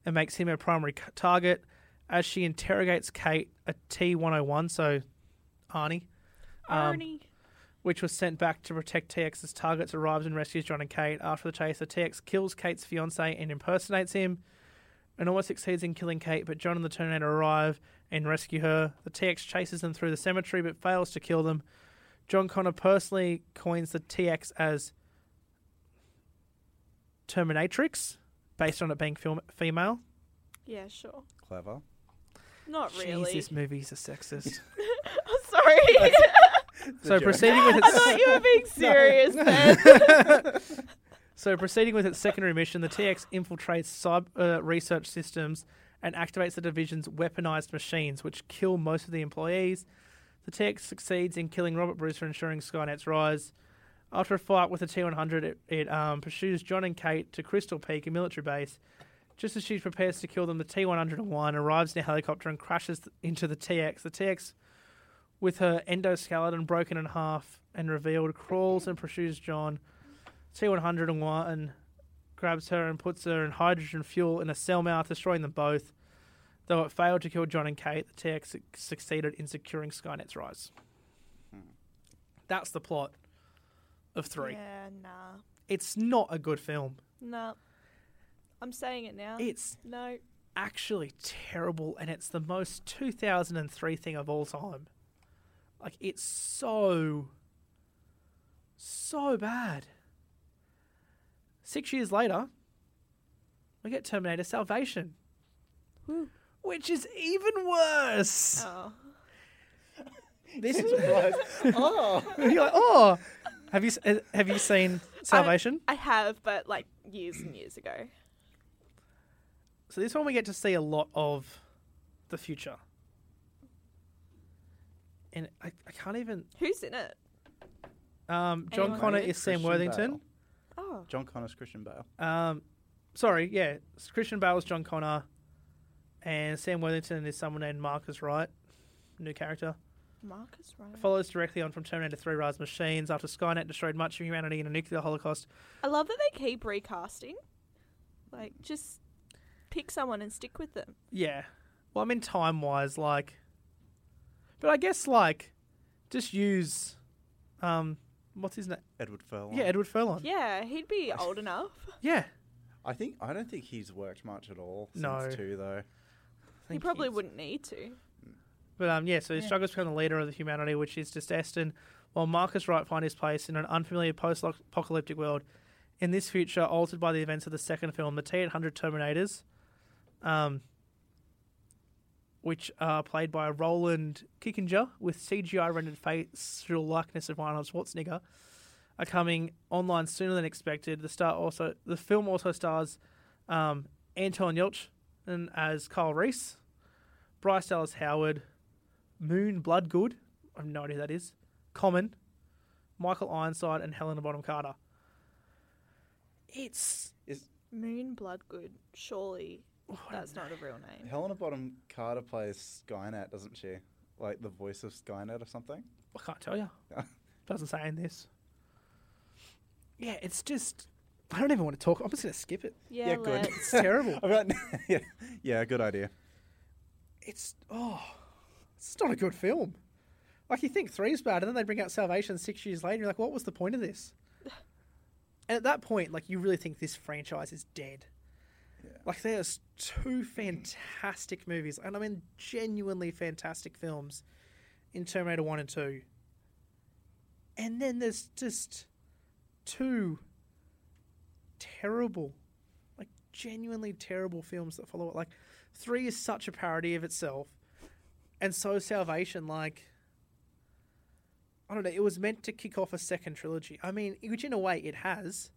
and makes him her primary c- target. As she interrogates Kate, a T 101, so Arnie, Um, Arnie. which was sent back to protect TX's targets, arrives and rescues John and Kate. After the chase, the TX kills Kate's fiance and impersonates him, and almost succeeds in killing Kate, but John and the Terminator arrive and rescue her. The TX chases them through the cemetery but fails to kill them. John Connor personally coins the TX as Terminatrix, based on it being film- female. Yeah, sure. [LAUGHS] Clever. Not Jeez, really. this movie's a sexist. [LAUGHS] I'm sorry. so joke. proceeding [LAUGHS] with its I thought you were being serious then. So, proceeding with its secondary mission, the TX infiltrates cyber uh, research systems and activates the division's weaponized machines, which kill most of the employees. The TX succeeds in killing Robert Brewster, ensuring Skynet's rise. After a fight with the T 100, it, it um, pursues John and Kate to Crystal Peak, a military base. Just as she prepares to kill them, the T 101 arrives in a helicopter and crashes th- into the TX. The TX, with her endoskeleton broken in half and revealed, crawls and pursues John. T one hundred and one grabs her and puts her in hydrogen fuel in a cell mouth, destroying them both. Though it failed to kill John and Kate, the TX suc- succeeded in securing Skynet's rise. That's the plot of three. Yeah, nah. It's not a good film. Nah. I'm saying it now. It's no. actually terrible, and it's the most 2003 thing of all time. Like, it's so, so bad. Six years later, we get Terminator Salvation, Woo. which is even worse. Oh. [LAUGHS] This is [LAUGHS] [LAUGHS] Surprise. oh. you're like, oh, have you s- have you seen Salvation? I have, but like years and years ago. So this one we get to see a lot of the future, and I, I can't even. Who's in it? Um, John Anyone? Connor is Sam Christian Worthington. Bale. Oh. John Connor's Christian Bale. Um, sorry, yeah, it's Christian Bale's John Connor, and Sam Worthington is someone named Marcus Wright, new character. Marcus Ryan. It follows directly on from Terminator 3: Rise of Machines after Skynet destroyed much of humanity in a nuclear holocaust. I love that they keep recasting. Like, just pick someone and stick with them. Yeah, well, I mean time wise, like, but I guess like, just use, um, what's his name? Edward Furlong. Yeah, Edward Furlong. Yeah, he'd be old enough. Yeah. I think I don't think he's worked much at all since No. two though. He Thank probably you. wouldn't need to. But um, yeah, so he Yeah. struggles to become the leader of the humanity, which is just destined, while Marcus Wright finds his place in an unfamiliar post-apocalyptic world. In this future, altered by the events of the second film, the T-800 Terminators, um, which are played by Roland Kickinger with CGI-rendered facial likeness of Arnold Schwarzenegger, are coming online sooner than expected. The star also the film also stars um, Anton Yelchin as Kyle Reese, Bryce Dallas Howard, Moon Bloodgood, I have no idea who that is, Common, Michael Ironside, and Helena Bonham Carter. It's Moon Bloodgood, surely Oh, that's not a real name. Helena Bottom Carter plays Skynet, doesn't she? Like the voice of Skynet or something. I can't tell you. Doesn't say in this. Yeah, it's just I don't even want to talk. I'm just gonna skip it. Yeah, Yeah, good. let's. It's [LAUGHS] terrible. I've got, [LAUGHS] yeah, yeah, good idea. It's oh, it's not a good film. Like you think three's bad, and then they bring out Salvation six years later. You're like, what was the point of this? And at that point, like you really think this franchise is dead. Like there's two fantastic movies, and I mean genuinely fantastic films, in Terminator 1 and 2. And then there's just two terrible, like genuinely terrible films that follow it. Like, 3 is such a parody of itself. And so is Salvation. Like, I don't know. It was meant to kick off a second trilogy. I mean, which in a way it has,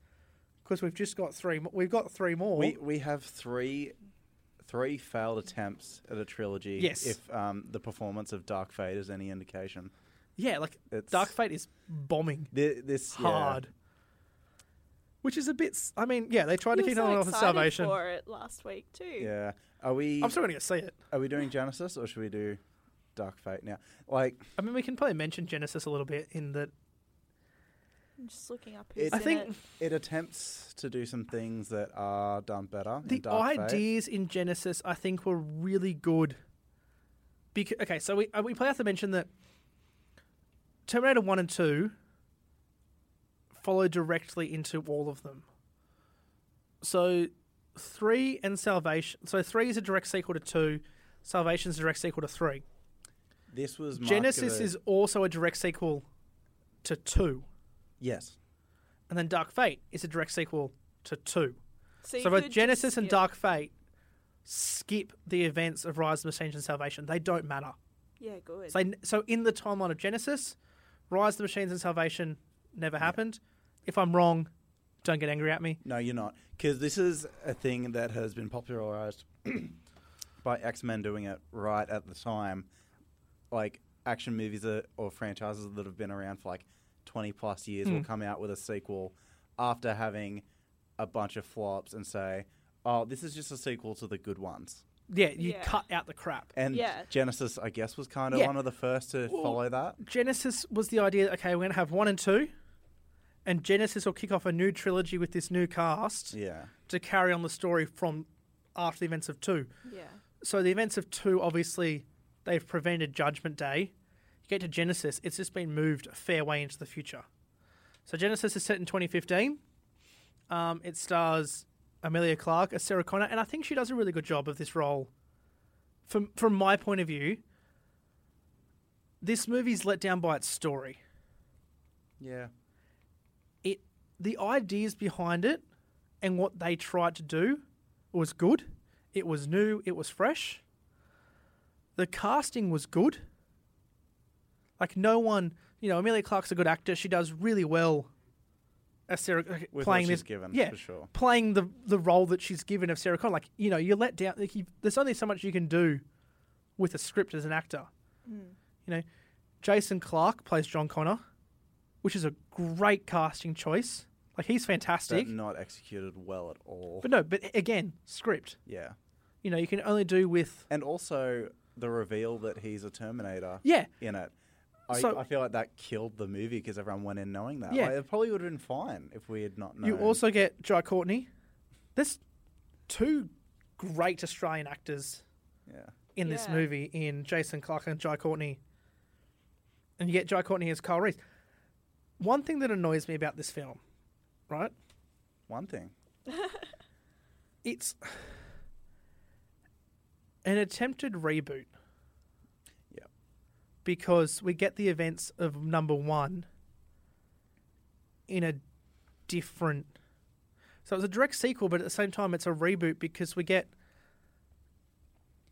because we've just got three. mo- We've got three more. We we have three three failed attempts at a trilogy. Yes. If um, the performance of Dark Fate is any indication, yeah, like it's Dark Fate is bombing Thi- this yeah. hard, which is a bit. s- I mean, yeah, they tried to You were keep so it off of excited Salvation. for it last week too. Yeah. Are we I'm still going to see it. are we doing Genesis or should we do Dark Fate now? Like I mean, we can probably mention Genesis a little bit in that. I'm just looking up It- who's I in think it. it attempts to do some things that are done better. in the Dark Fate. ideas in Genesis, I think, were really good. Because okay, so we uh, we probably have to mention that Terminator One and Two follow directly into all of them. So three and Salvation. So three is a direct sequel to two. Salvation's a direct sequel to three. This was Genesis marketed- is also a direct sequel to two, yes. and then Dark Fate is a direct sequel to two. So, you So could both just Genesis and skip- Dark Fate skip the events of Rise of the Machines and Salvation. They don't matter. Yeah, good. So, so in the timeline of Genesis, Rise of the Machines and Salvation never happened. If I'm wrong, don't get angry at me. No, you're not. Because this is a thing that has been popularized [CLEARS THROAT] by X Men doing it right at the time. Like, action movies are, or franchises that have been around for like 20 plus years Hmm. will come out with a sequel after having a bunch of flops and say, oh, this is just a sequel to the good ones. Yeah, you Yeah. cut out the crap. And Yeah. Genesis, I guess, was kind of Yeah. one of the first to Well- follow that. Genesis was the idea. Okay, we're gonna have one and two, and Genesis will kick off a new trilogy with this new cast Yeah. to carry on the story from after the events of two. yeah. so the events of two obviously they've prevented judgment day you get to genesis it's just been moved a fair way into the future so genesis is set in 2015 um, it stars amelia clark as sarah connor and i think she does a really good job of this role from, from my point of view this movie's let down by its story Yeah. it the ideas behind it and what they tried to do was good. It was new, it was fresh. The casting was good. Like no one, you know, Amelia Clark's a good actor. She does really well as Sarah With playing what this she's given, yeah, for sure. playing the the role that she's given of Sarah Connor. Like you know, you let down. Like you, there's only so much you can do with a script as an actor. You know, Jason Clark plays John Connor, which is a great casting choice. Like he's fantastic. But not executed well at all. But no, but again, script. yeah. You know, you can only do with And also the reveal that he's a Terminator yeah. in it. I, So- I feel like that killed the movie because everyone went in knowing that. Yeah. Like, it probably would have been fine if we had not known. You also get Jai Courtney. There's two great Australian actors yeah. in this Yeah. movie in Jason Clark and Jai Courtney. And you get Jai Courtney as Kyle Reese. One thing that annoys me about this film, right? One thing. It's an attempted reboot. Yeah. Because we get the events of number one in a different. So it's a direct sequel, but at the same time, it's a reboot because we get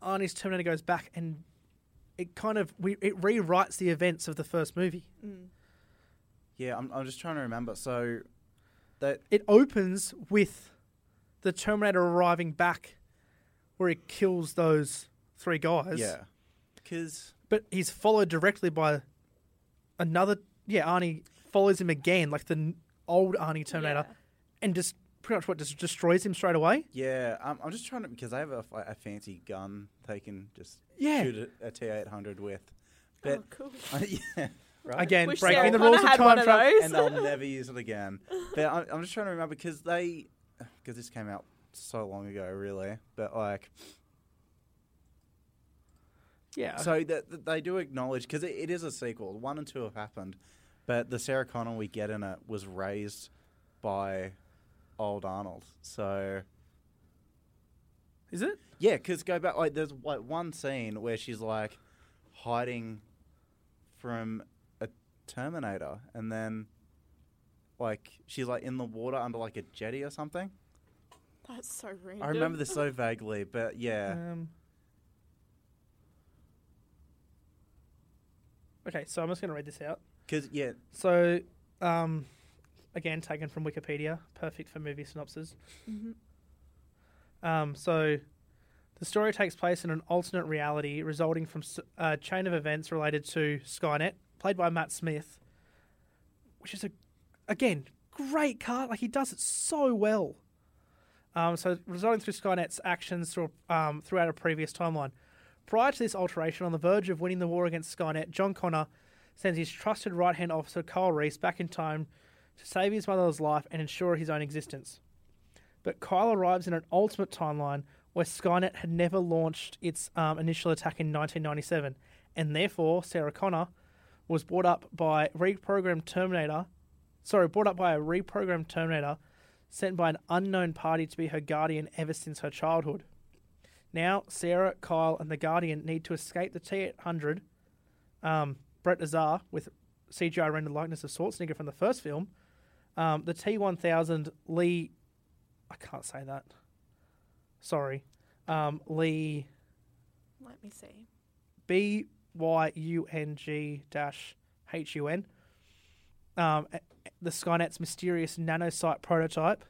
Arnie's Terminator goes back and it kind of we, it rewrites the events of the first movie. Yeah, I'm, I'm just trying to remember. So that It opens with the Terminator arriving back, where he kills those three guys. yeah, because but he's followed directly by another. Yeah, Arnie follows him again, like the n- old Arnie Terminator, Yeah. Oh, and just pretty much what just destroys him straight away. yeah, I'm, I'm just trying to because I have a, f- a fancy gun they can just Yeah. shoot a, a T800 with, but oh, cool. [LAUGHS] yeah, right? Again, Wish breaking Sarah the Connor rules of had one time of travel. those. and [LAUGHS] they'll never use it again. But I'm, I'm just trying to remember because they, because this came out so long ago, really. But like, Yeah. so that that they do acknowledge because it, it is a sequel. One and two have happened, but the Sarah Connor we get in it was raised by old Arnold. So is it? yeah, because go back like there's like one scene where she's like hiding from a Terminator, and then like she's like in the water under like a jetty or something. Mm-hmm. That's so random. I remember this so vaguely, but yeah, Um, okay, so I'm just going to read this out. because yeah, So, um, again, taken from Wikipedia, perfect for movie synopses. Mhm. Um, so, the story takes place in an alternate reality resulting from s- a chain of events related to Skynet, played by Matt Smith, which is a, again, great card. Like he does it so well. Um, so, resulting through Skynet's actions through, um, throughout a previous timeline. Prior to this alteration, on the verge of winning the war against Skynet, John Connor sends his trusted right hand officer Kyle Reese back in time to save his mother's life and ensure his own existence. But Kyle arrives in an ultimate timeline where Skynet had never launched its um, initial attack in 1997, and therefore Sarah Connor was brought up by reprogrammed Terminator, sorry, brought up by a reprogrammed Terminator sent by an unknown party to be her guardian ever since her childhood. Now, Sarah, Kyle, and the Guardian need to escape the T 800. Um, Brett Azar, with CGI rendered likeness of Schwarzenegger from the first film. Um, the T 1000 Lee. I can't say that. Sorry. Um, Lee Let me see. B Y U N G dash H U N. Um, a- a- the Skynet's mysterious nanosite prototype.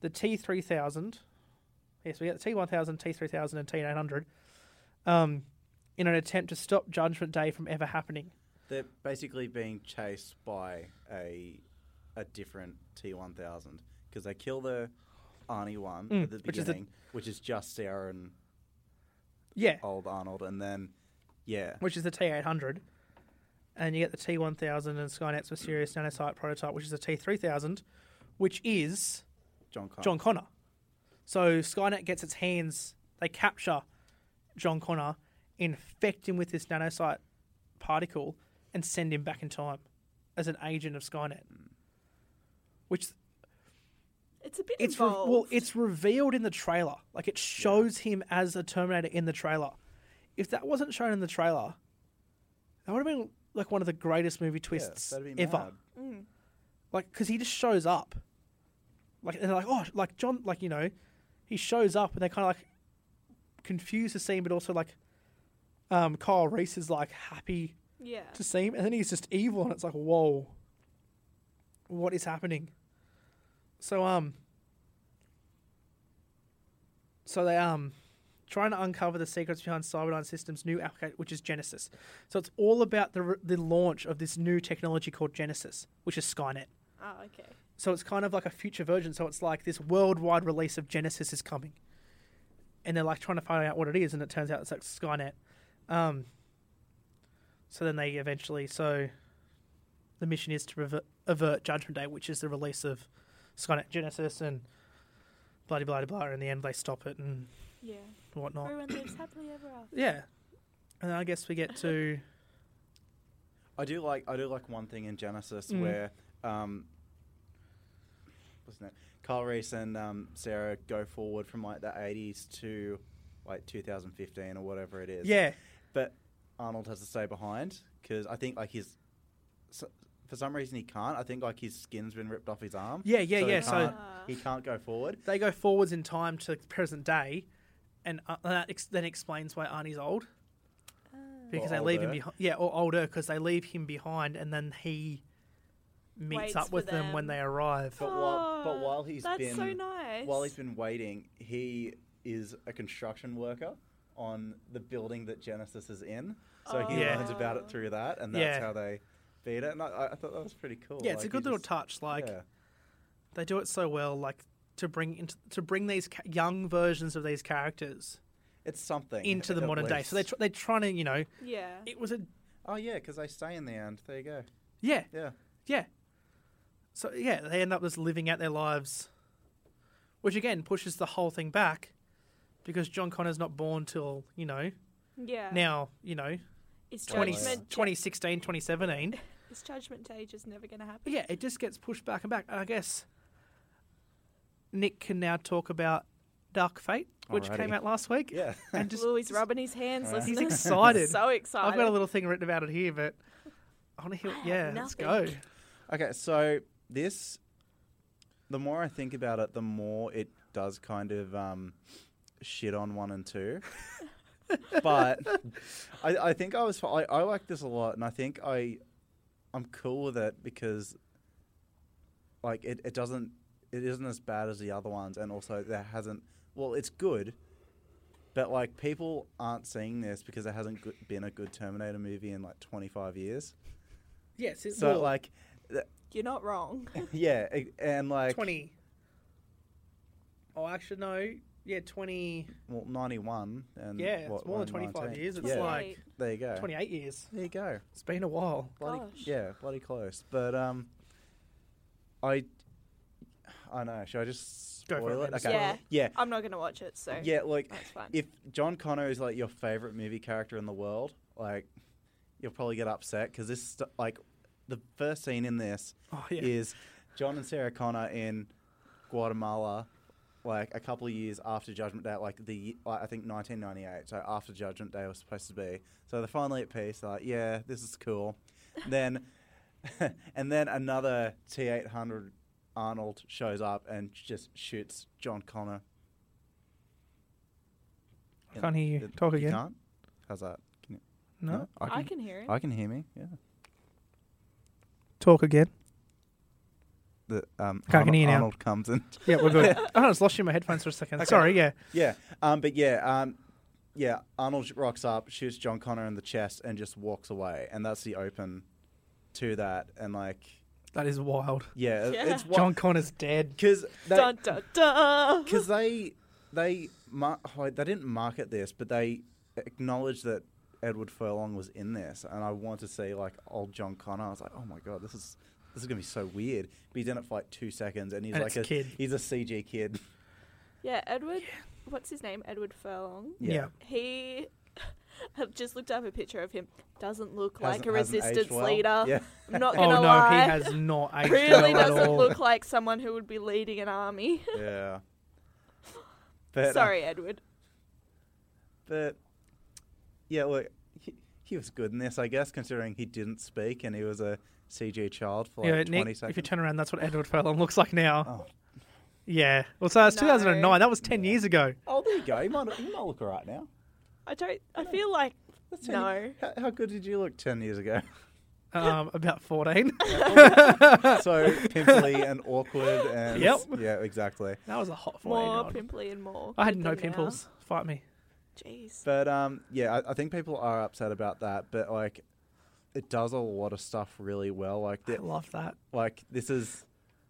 The T three thousand. Yes, we got the T one thousand, T three thousand, and T eight hundred. Um, in an attempt to stop Judgment Day from ever happening. they're basically being chased by a a different T one thousand because they kill the Arnie one Mm, at the which is the- beginning, which is just Sarah and Yeah, old Arnold, and then yeah, which is the T eight hundred, and you get the T one thousand and Skynet's mysterious nanosite prototype, which is the T three thousand, which is John Connor. John Connor. So Skynet gets its hands, they capture John Connor, infect him with this nanosite particle, and send him back in time as an agent of Skynet. Hmm. Which It's a bit it's re- involved. well, it's revealed in the trailer. Like it shows him as a Terminator in the trailer. If that wasn't shown in the trailer, that would have been like one of the greatest movie Yeah, twists that'd be ever mad. Mm. like because he just shows up like and they're like oh like john like you know he shows up and they kind of like confuse the scene but also like um kyle reese is like happy Yeah. to see him and then he's just evil and it's like whoa what is happening so um so they um trying to uncover the secrets behind cyberdyne systems new application which is genesis so it's all about the, re- the launch of this new technology called genesis which is skynet Oh, okay. so it's kind of like a future version. So it's like this worldwide release of Genesis is coming, and they're like trying to find out what it is, and it turns out it's like Skynet. Um, so then they eventually, so the mission is to revert, avert Judgment Day, which is the release of Skynet Genesis, and blah de blah de blah. In the end, they stop it and Yeah. whatnot. Everyone lives happily ever after. Yeah, and I guess we get to I do like I do like one thing in Genesis Mm. where um, what's that? Kyle Reese and um, Sarah go forward from like the eighties to like 2015 or whatever it is. yeah, but Arnold has to stay behind because I think like his so, for some reason he can't. I think like his skin's been ripped off his arm. yeah, yeah, So he yeah. So can't- Ah. He can't go forward. they go forwards in time to present day, and uh, that ex- then explains why Arnie's old Ah. because Or they leave him older. behind. Yeah, or older because they leave him behind, and then he meets Waits up for with them. when them. they arrive. But while but Ah, Oh, while he's that's been so nice. While he's been waiting, he is a construction worker on the building that Genesis is in. So he Yeah. learns about it through that, and that's Oh. Yeah. how they beat it. And I, I thought that was pretty cool. yeah, it's a Like, good he little just- touch. Like yeah. they do it so well. Like to bring into to bring these ca- young versions of these characters it's something into the at modern day. So they least. tr- they're trying to you know yeah. it was a oh yeah, because they stay in the end. There you go. yeah Yeah, Yeah. So yeah, they end up just living out their lives, which again pushes the whole thing back, because John Connor's not born till you know Yeah. now you know is 20, Uh, judgment, 2016, 2017. is judgment day just never going to happen? But yeah, it just gets pushed back and back, and I guess Nick can now talk about Dark Fate, which came Alrighty. out last week, yeah. [LAUGHS] and just Lou is rubbing his hands. he's listening. [LAUGHS] excited. so excited. I've got a little thing written about it here, but I want to hear. I have Yeah, let's go. nothing. Okay, so this, the more I think about it, the more it does kind of um, shit on one and two. but I, I think I was I, I like this a lot, and I think I I'm cool with it because like it, it doesn't it isn't as bad as the other ones, and also there hasn't well it's good, but like people aren't seeing this because there hasn't go- been a good Terminator movie in like 25 years. Yes, it's So more like You're not wrong. [LAUGHS] yeah, e- and like twenty. Oh, actually, no. Yeah, twenty. well, 91 and Yeah, what, it's more than we're in 25 19. years. It's yeah, like there you go 28 years. there you go It's been a while. bloody, Gosh. yeah bloody close but um i i know should i just Go for spoil it, it man, okay Yeah. yeah I'm not gonna watch it, so yeah like that's fine. if john connor is like your favorite movie character in the world like you'll probably get upset because this st- like the first scene in this Oh yeah. is John and Sarah Connor in Guatemala, like a couple of years after Judgment Day, like the like, I think 1998. So after Judgment Day was supposed to be. So they're finally at peace. They're like, yeah, this is cool. [LAUGHS] then, and then another T800 Arnold shows up and just shoots John Connor. I can't hear you. Talk again. Can't? How's that? Can you, No? I I can. can hear it. I can hear me. Yeah. Talk again. The um, Okay, I can Arnold- hear you now. Arnold comes and Yeah, we're [LAUGHS] good. Oh, I just lost you in my headphones for a second. Okay. Sorry. Yeah. Yeah, um, but yeah, um, yeah. Arnold rocks up, shoots John Connor in the chest, and just walks away, and that's the open to that. And like, That is wild. yeah, it- Yeah. it's John Connor's dead. because Dun dun [LAUGHS] dun. because they they mar- like, they didn't market this, but they acknowledged that Edward Furlong was in this, and I want to see like old John Connor. I was like, oh my god, this is this is gonna be so weird. But he's in it for like two seconds, and he's And like it's a kid. he's a CG kid. Yeah, Edward. What's his name? Edward Furlong. Yeah. He. [LAUGHS] I've just looked up a picture of him. Doesn't look like Hasn't- a hasn't aged resistance well. leader. Yeah. [LAUGHS] I'm not Oh gonna no, lie. he has not aged [LAUGHS] really well at doesn't all. look like someone who would be leading an army. [LAUGHS] yeah. But, uh, Sorry, Edward. But yeah, look, he, he was good in this, I guess, considering he didn't speak and he was a CG child for like yeah, Nick. 20 If you seconds. turn around, that's what Edward Furlong looks like now. Oh. Yeah. Well, so that's No. 2009. That was 10 Yeah. years [LAUGHS] ago. oh, there you go. He might, he might look all right now. I don't. I feel like That's ten no. How, how good did you look 10 [LAUGHS] years ago? [LAUGHS] Um, about 14. so pimply and awkward and. Yep. Yeah, exactly. [LAUGHS] That was a hot 14. year More old. pimply and more. I had good no than now. pimples. Fight me. Jeez. But um, yeah, I, I think people are upset about that, but like. It does a lot of stuff really well. Like, I the, love that. like this is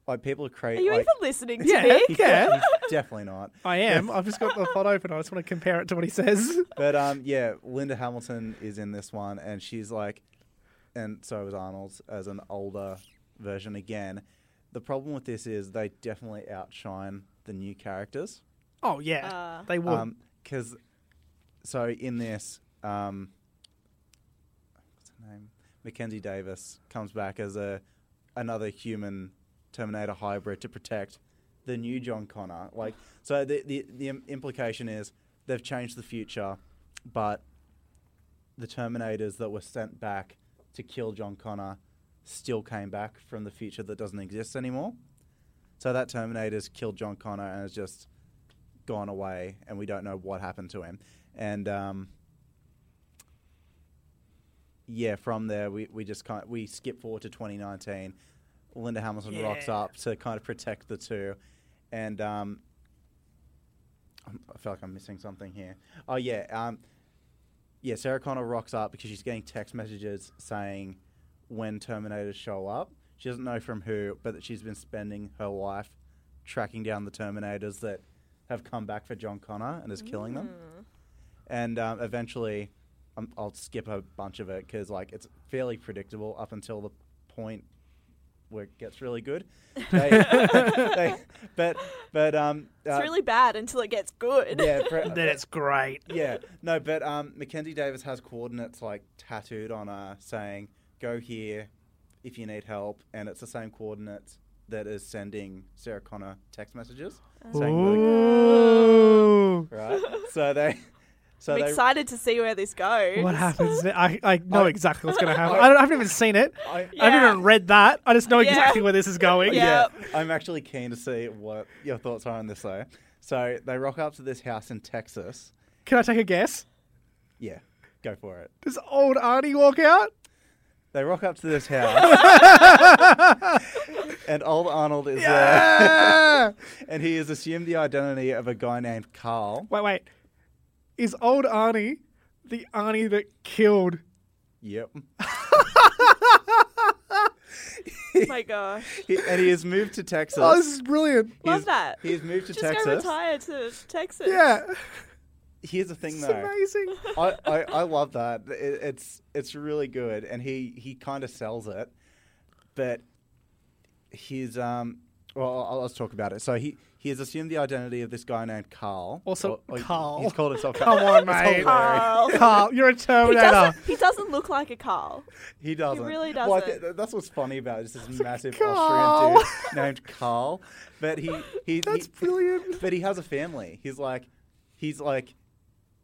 like people are Are create. you like, even listening to Yeah. me? even- [LAUGHS] Yeah. definitely not. I am. I've just got [LAUGHS] the pod open. I just want to compare it to what he says. [LAUGHS] But um, yeah, Linda Hamilton is in this one, and she's like, and so was Arnold's as an older version again. The problem with this is they definitely outshine the new characters. Oh yeah, Uh, they would. um, Because, so in this, um, what's her name? Mackenzie Davis comes back as a another human Terminator hybrid to protect the new John Connor. Like, so the the, the im- implication is they've changed the future, but the Terminators that were sent back to kill John Connor still came back from the future that doesn't exist anymore. So that Terminator's killed John Connor and has just gone away, and we don't know what happened to him. And um, yeah, from there we, we just kind we skip forward to 2019. Linda Hamilton rocks Yeah. up to kind of protect the two, and um, I'm- I feel like I'm missing something here. Oh yeah, um, yeah. Sarah Connor rocks up because she's getting text messages saying when Terminators show up. She doesn't know from who, but that she's been spending her life tracking down the Terminators that have come back for John Connor and is killing them. Mm. And um, eventually, um, I'll skip a bunch of it because like it's fairly predictable up until the point where it gets [LAUGHS] really good. They, [LAUGHS] they, but but um, it's uh, really bad until it gets good. [LAUGHS] yeah, [LAUGHS] pre- Then it's great. yeah, no, but um, Mackenzie Davis has coordinates like tattooed on her saying, "Go here if you need help," and it's the same coordinates that is sending Sarah Oh. Connor text messages saying, where to Ooh. go, right? so they So I'm they, excited to see where this goes. Oh What happens? ne- I, I know I- exactly what's [LAUGHS] going to happen. I- I, don't, I haven't even seen it. I, I haven't Yeah. even read that. I just know Yeah. exactly where this is going. Yeah. I'm actually keen to see what your thoughts are on this though. So they rock up to this house in Texas. Can I take a guess? Yeah, go for it. Does old Arnie walk out? They rock up to [LAUGHS] this house, and old Arnold is Yeah. there, and he has assumed the identity of a guy named Carl. Wait, wait. Is old Arnie the Arnie that killed? Yep. Oh my [LAUGHS] gosh. He- and he has moved to Texas. Oh, this is brilliant. Love He's- that. He's moved to Just go Texas. retire to Texas. Yeah, Here's the thing, it's though. [LAUGHS] amazing. I, I, I love that. It, it's it's really good, and he he kind of sells it, but his um. Well, I'll, let's talk about it. So he he has assumed the identity of this guy named Carl. Also, Carl. He's called himself. Come on, [LAUGHS] It's mate. hilarious. Carl. Carl, you're a He Terminator. doesn't, he doesn't look like a [LAUGHS] Carl. He doesn't. really Well, I thi- doesn't. th- that's what's funny about it. It's this massive Carl. Austrian [LAUGHS] dude named Carl, but he he That's he- brilliant. But he has a family. He's like, he's like,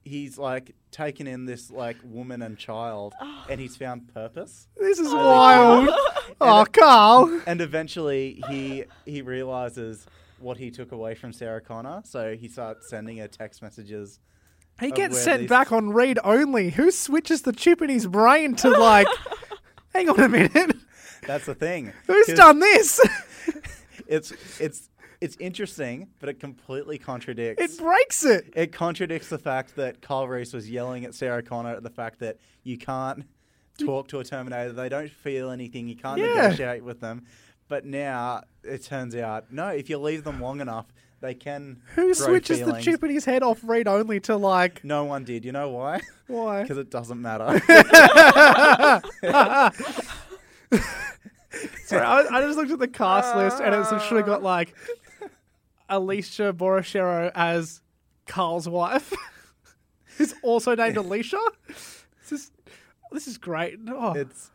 he's like taken in this like woman and child, Oh. and he's found purpose. This is [LAUGHS] wild. Oh, Carl. And eventually, he he realizes what he took away from Sarah Connor. So he starts sending her text messages. He of gets Oh, where sent these- back on read only. Who switches the chip in his brain to [LAUGHS] like? hang on a minute. That's the thing. Who's 'Cause done this? [LAUGHS] It's it's it's interesting, but it completely contradicts. it breaks it. it contradicts the fact that Kyle Reese was yelling at Sarah Connor at the fact that you can't talk to a Terminator. They don't feel anything. You can't Yeah. negotiate with them. But now it turns out no. If you leave them long enough, they can. Who grow switches the feelings. chip in his head off read only to like? No one did. You [LAUGHS] know why? Why? Because it [LAUGHS] doesn't matter. Sorry, I, I just looked at the cast list and it's literally got Ah. like Alicia Borachero as Carl's wife, [LAUGHS] who's also named Alicia. This is this is great. Oh, it's,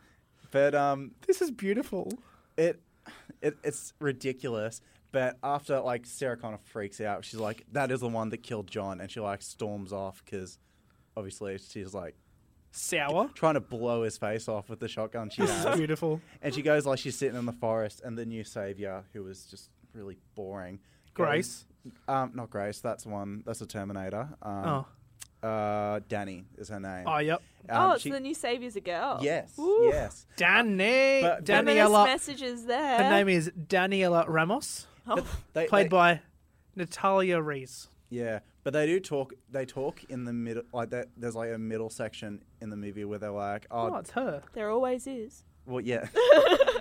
but um, this is beautiful. it, it it's ridiculous. But after like Sarah Connor freaks out, she's like, "That is the one that killed John," and she like storms off because obviously she's like Sour. trying to blow his face off with the shotgun [LAUGHS] she This is has. [LAUGHS] beautiful. and she goes like she's sitting in the forest, and the new savior, who was just really boring, Grace. goes- um, not Grace. That's one. That's a Terminator. Um, Oh, uh, Danny is her name. oh, yep. Um, oh, it's she- the new Savior's a girl. Yes. Ooh. Yes. Danny, But- but- Feminist Daniela. messages there. Oh, Her name is Daniela Ramos, But they, played they- by Natalia Reese. Yeah, but they do talk. They talk in the middle. Like that. There's like a middle section in the movie where they're like, Oh, "Oh, it's her. There always is. Well, yeah.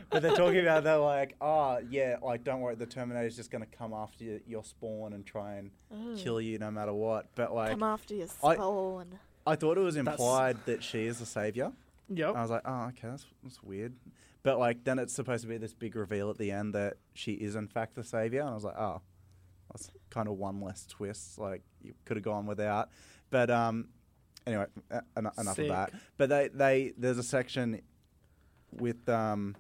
but they're talking about they're like, ah, yeah, like don't worry, the Terminator's just gonna come after you, your spawn and try and kill you no matter what. But like, Come after your I- spawn. I thought it was implied that she is the savior. Yep. I was like, oh, okay, that's, that's weird. But like, then it's supposed to be this big reveal at the end that she is in fact the savior, and I was like, oh, that's kind of one less twist. Like you could have gone without. But um, anyway, en- en- enough Sick. of that. But they they there's a section with um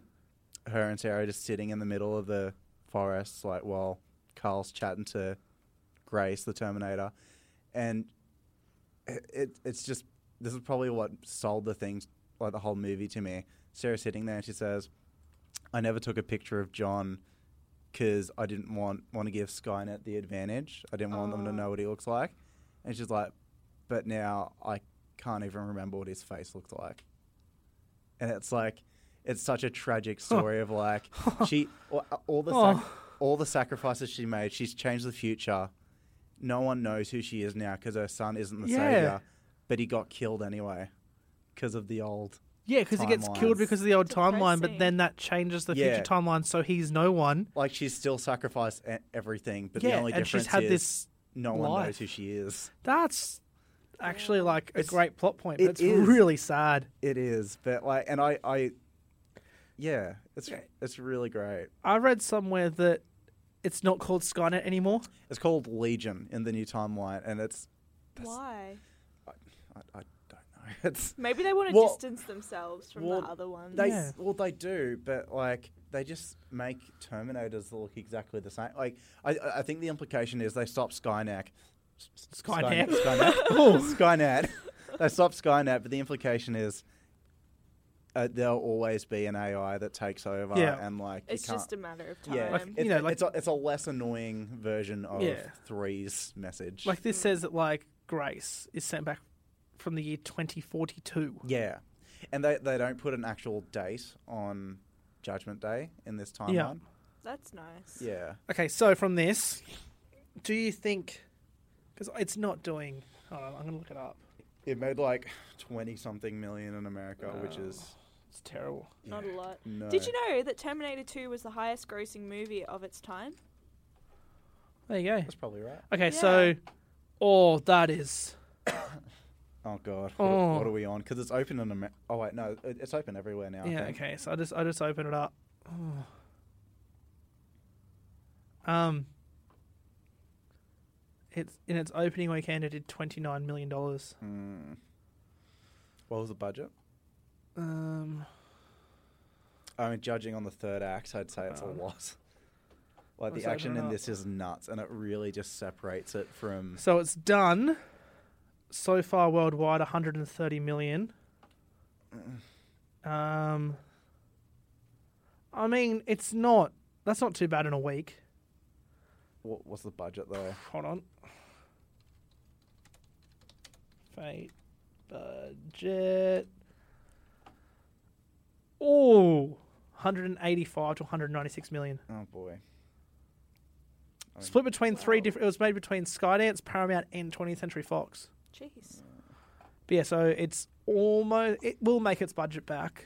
her and Sarah just sitting in the middle of the forest, like while Carl's chatting to Grace, the Terminator, and it, it it's just this is probably what sold the thing, like the whole movie to me. Sarah's sitting there and she says, "I never took a picture of John." Because I didn't want want to give Skynet the advantage. I didn't want them to Oh. know what he looks like. And she's like, but now I can't even remember what his face looked like. And it's like, it's such a tragic story of like she all, all the sac- all the sacrifices she made. She's changed the future. No one knows who she is now because her son isn't the Yeah. savior, but he got killed anyway because of the old. Yeah, because he gets killed timelines. because of the old timeline, but Depressing. then that changes the Yeah. future timeline, so he's no one. Like she's still sacrificed e- everything, but the yeah, only and difference she's had is this. no one life. knows who she is. That's actually like a It's- great plot point, but it it's is. really sad. It is, but like, and I, I, yeah, it's it's really great. I read somewhere that it's not called Skynet anymore. It's called Legion in the new timeline, and it's Why? I, I don't know. [LAUGHS] It's Maybe they want to Well- distance themselves from well, the other ones. they Yeah. well they do, but like they just make Terminators look exactly the same. Like I I I think the implication is they stop Skynet Skynet. [LAUGHS] Oh. Skynet. [LAUGHS] Skynet. They stopped Skynet, but the implication is uh, there'll always be an AI that takes over Yeah. and like you It's can't- just a matter of time. yeah, Like, it's, you know, like- it's, a, it's a less annoying version of Yeah. three's message. Like this says that like Grace is sent back from the year 2042. yeah, and they they don't put an actual date on Judgment Day in this Yeah. timeline. That's nice. Yeah, Okay, so from this, do you think? Because it's not doing. Hold on, I'm gonna look it up. it made like twenty something million in America, which is It's terrible. Not a lot. no. Did you know that Terminator 2 was the highest grossing movie of its time? There you go. That's probably right. Okay, so all that is Oh God, what, Oh. what are we on? Because it's open in Amer- Oh wait, no, it- it's open everywhere now. I yeah. think. Okay, so I just I just open it up. Oh. Um. It's in its opening weekend. It did 29 million dollars. Hmm. What was the budget? Um. I mean, judging on the third act, I'd say it's a Um, lot. Like let's the action open it in up. this is nuts, and it really just separates it from. So it's done. So far worldwide, 130 million. Um, I mean, it's not. That's not too bad in a week. What, what's the budget though? Hold on. Fate budget. Oh, 185 to 196 million. Oh boy. I mean- Split between three Wow. different. It was made between Skydance, Paramount, and 20th Century Fox. Jeez. But yeah, so it's almost it will make its budget back,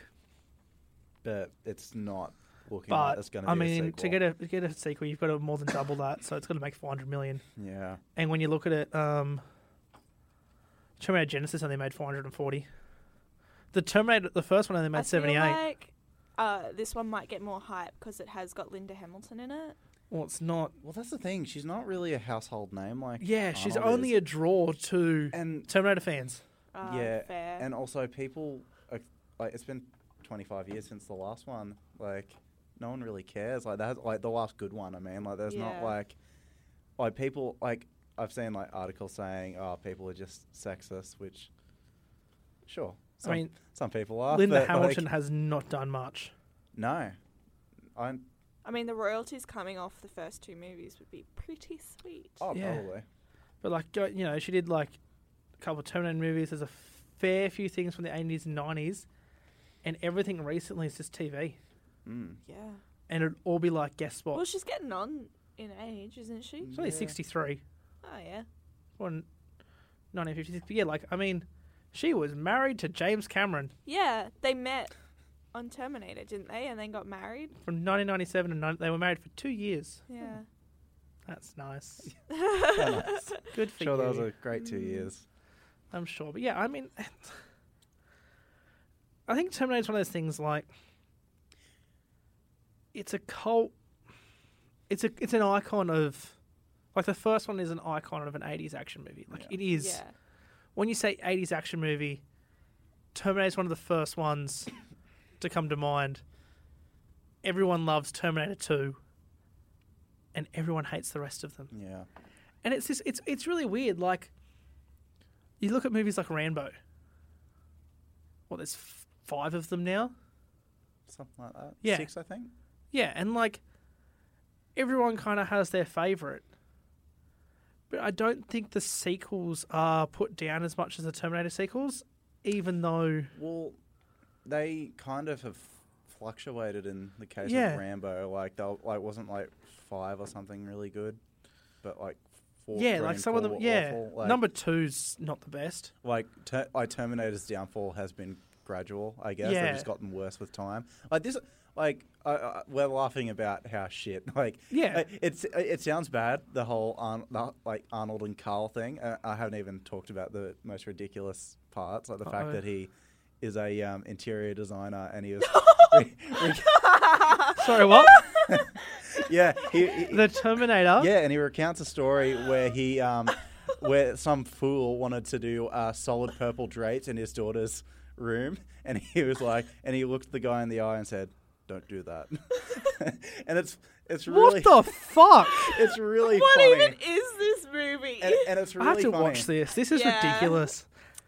But it's not looking like but it's going I be a mean, to sequel. get a to get a sequel, you've got to more than double that, so it's going to make 400 million. Yeah. And when you look at it, um, Terminator Genesis only made 440. The Terminator, the first one only I made feel 78. Like, uh, this one might get more hype because it has got Linda Hamilton in it. well, it's not. Well, that's the thing. She's not really a household name. Like. Yeah, she's Arnold only Oh, is. a draw to And Terminator fans. Uh, yeah, fair. and also people are, like it's been 25 years since the last one. Like no one really cares. Like that, like the last good one. I mean, like there's Yeah. not like like people like I've seen like articles saying, oh, people are just sexist, which sure, some, mean, some people are. Linda but, Hamilton Like, has not done much. no, I'm. I mean, the royalties coming off the first two movies would be pretty sweet. Oh, Yeah. probably. But like go- you know, she did like a couple of Terminator movies. There's a fair few things from the 80s and 90s, and everything recently is just TV, [LAUGHS] Mm. Yeah. and it'd all be like guest spot. Well, she's getting on in age, isn't she? She's only Yeah. 63, Oh, yeah. born 1956. But yeah, like I mean, she was married to James Cameron Yeah, they met on Terminator, didn't they? And then got married. from 1997, and nine they were married for two years. Hmm. Yeah. That's [LAUGHS] nice. Why not? Good for Sure, you. Hmm. that was a great two years. I'm sure. But yeah, I mean, [SIGHS] I think Terminator's one of those things like it's a cult. It's a it's an icon of like the first one is an icon of an 80s action movie. Like Yeah. it is Yeah. when you say 80s action movie, Terminator's one of the first ones to come to mind. Everyone loves Terminator 2 and everyone hates the rest of them Yeah. and it's just it's it's really weird. Like you look at movies like Rambo. What there's f- five of them now. Something like that. Yeah. Six, I think. Yeah, and like everyone kind of has their favorite, but I don't think the sequels are put down as much as the Terminator sequels, even though Well, they kind of have fluctuated in the case Yeah. of Rambo. Like, they like wasn't like five or something really good, but like four. yeah, three like and some of four them were yeah awful. Like, number two's not the best. like, ter- like Terminator's downfall has been gradual. I guess Yeah. they've just gotten worse with time. Like this, like I I we're laughing about how shit. [LAUGHS] Like Yeah. like, it's it sounds bad. The whole Arn- the, like Arnold and Carl thing. Uh, I haven't even talked about the most ridiculous parts, like the Uh-oh. fact that he. Is a um, interior designer, [LAUGHS] and [LAUGHS] he was Sorry, [LAUGHS] what yeah, he, he- the Terminator? yeah, and he recounts a story where [LAUGHS] he um, where some fool wanted to do uh, solid purple drapes in his daughter's room, and he was like, and he looked the guy in the eye and said, "Don't [LAUGHS] do that." [LAUGHS] and it's it's really What the fuck? [LAUGHS] it's [LAUGHS] really [LAUGHS] What funny. even is this movie. and, and it's really I have to funny. watch this. This is Yeah. ridiculous.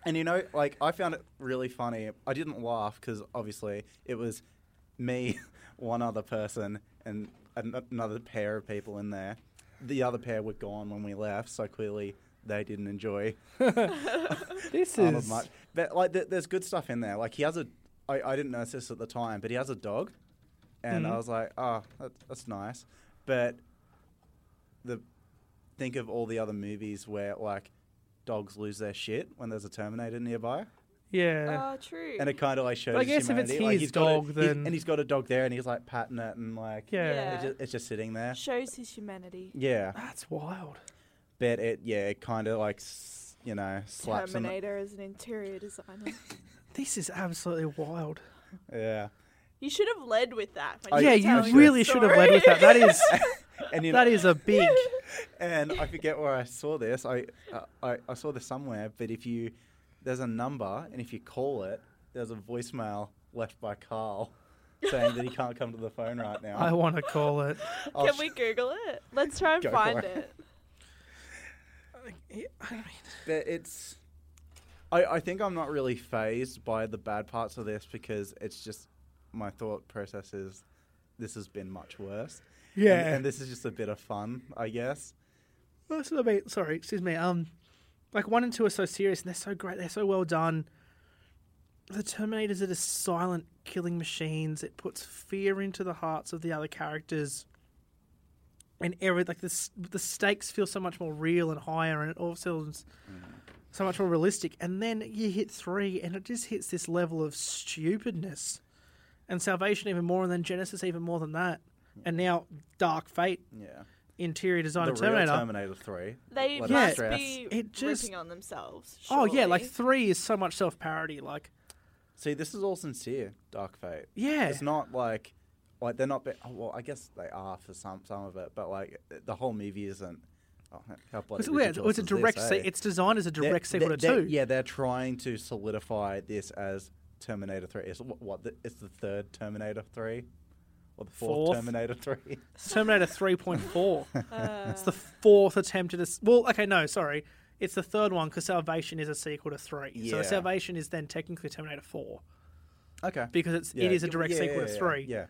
And you know, like I found it really funny. I didn't laugh because obviously it was me, [LAUGHS] one other person, and an- another pair of people in there. The other pair were gone when we left, so clearly they didn't enjoy This Arnold is much. But like, th- there's good stuff in there. Like he has a, I, I didn't notice this at the time, but he has a dog, and I was like, oh, that, that's nice. But the think of all the other movies where like dogs lose their shit when there's a Terminator nearby. yeah. [LAUGHS] oh, true. And it kind of like shows. But I his guess if it's humanity. like, his he's got a- dog, he's- then- and he's got a dog there, and he's like patting it, and like yeah, Yeah. it's, just, it's just sitting there. Shows his humanity. Yeah, That's wild. but it yeah, it kind of like s- you know slaps him. Terminator as an [LAUGHS] interior designer. This is absolutely wild. Yeah, You should have led with that. when I- were Oh, yeah, telling you the your really should have led with that. story. That [LAUGHS] is and [LAUGHS] you know, that is a [LAUGHS] big. and I forget where I saw this. I, I I saw this somewhere, but if you there's a number, and if you call it, there's a voicemail left by Carl saying that he can't come to the phone right now. I want to call it. [LAUGHS] I'll Can sh- we Google it? Let's try and Go for find it. it. I mean, But it's. I, I think I'm not really phased by the bad parts of this because it's just my thought process is this has been much worse. And- yeah. And, this is just a bit of fun, I guess. Well, that's what I mean. Sorry, excuse me. Um, like one and two are so serious and they're so great. They're so well done. The Terminators are just silent killing machines. It puts fear into the hearts of the other characters, and every like the s- the stakes feel so much more real and higher, and it all feels Mm. so much more realistic. And then you hit three, and it just hits this level of stupidness, and Salvation even more, and then Genesis even more than that, and now Dark Fate, Yeah. interior design Mm. The of real Terminator. Terminator 3. They Let us must stress. be It just- ripping on themselves. Oh yeah, like [LAUGHS] surely. three is so much self parody. Like See, this is all sincere, Dark Fate. yeah, It's not like. Like they're not. Be- oh, well, I guess they are for some some of it, but like the whole movie isn't. Oh, how bloody it's, yeah, it's- ridiculous it's a is this, direct. se- eh? It's designed as a They're- direct sequel they're- to they're- two. Yeah, they're trying to solidify this as Terminator Three. It's what, what the, it's the third Terminator Three, or the fourth, Fourth. [LAUGHS] Terminator Three. It's Terminator three point [LAUGHS] four. Uh, it's the fourth attempt at a. s- Well, okay, no, sorry, it's the third one because Salvation is a sequel to three. So Yeah. Salvation is then technically Terminator four Okay, because it's it is a direct sequel to three. Yeah,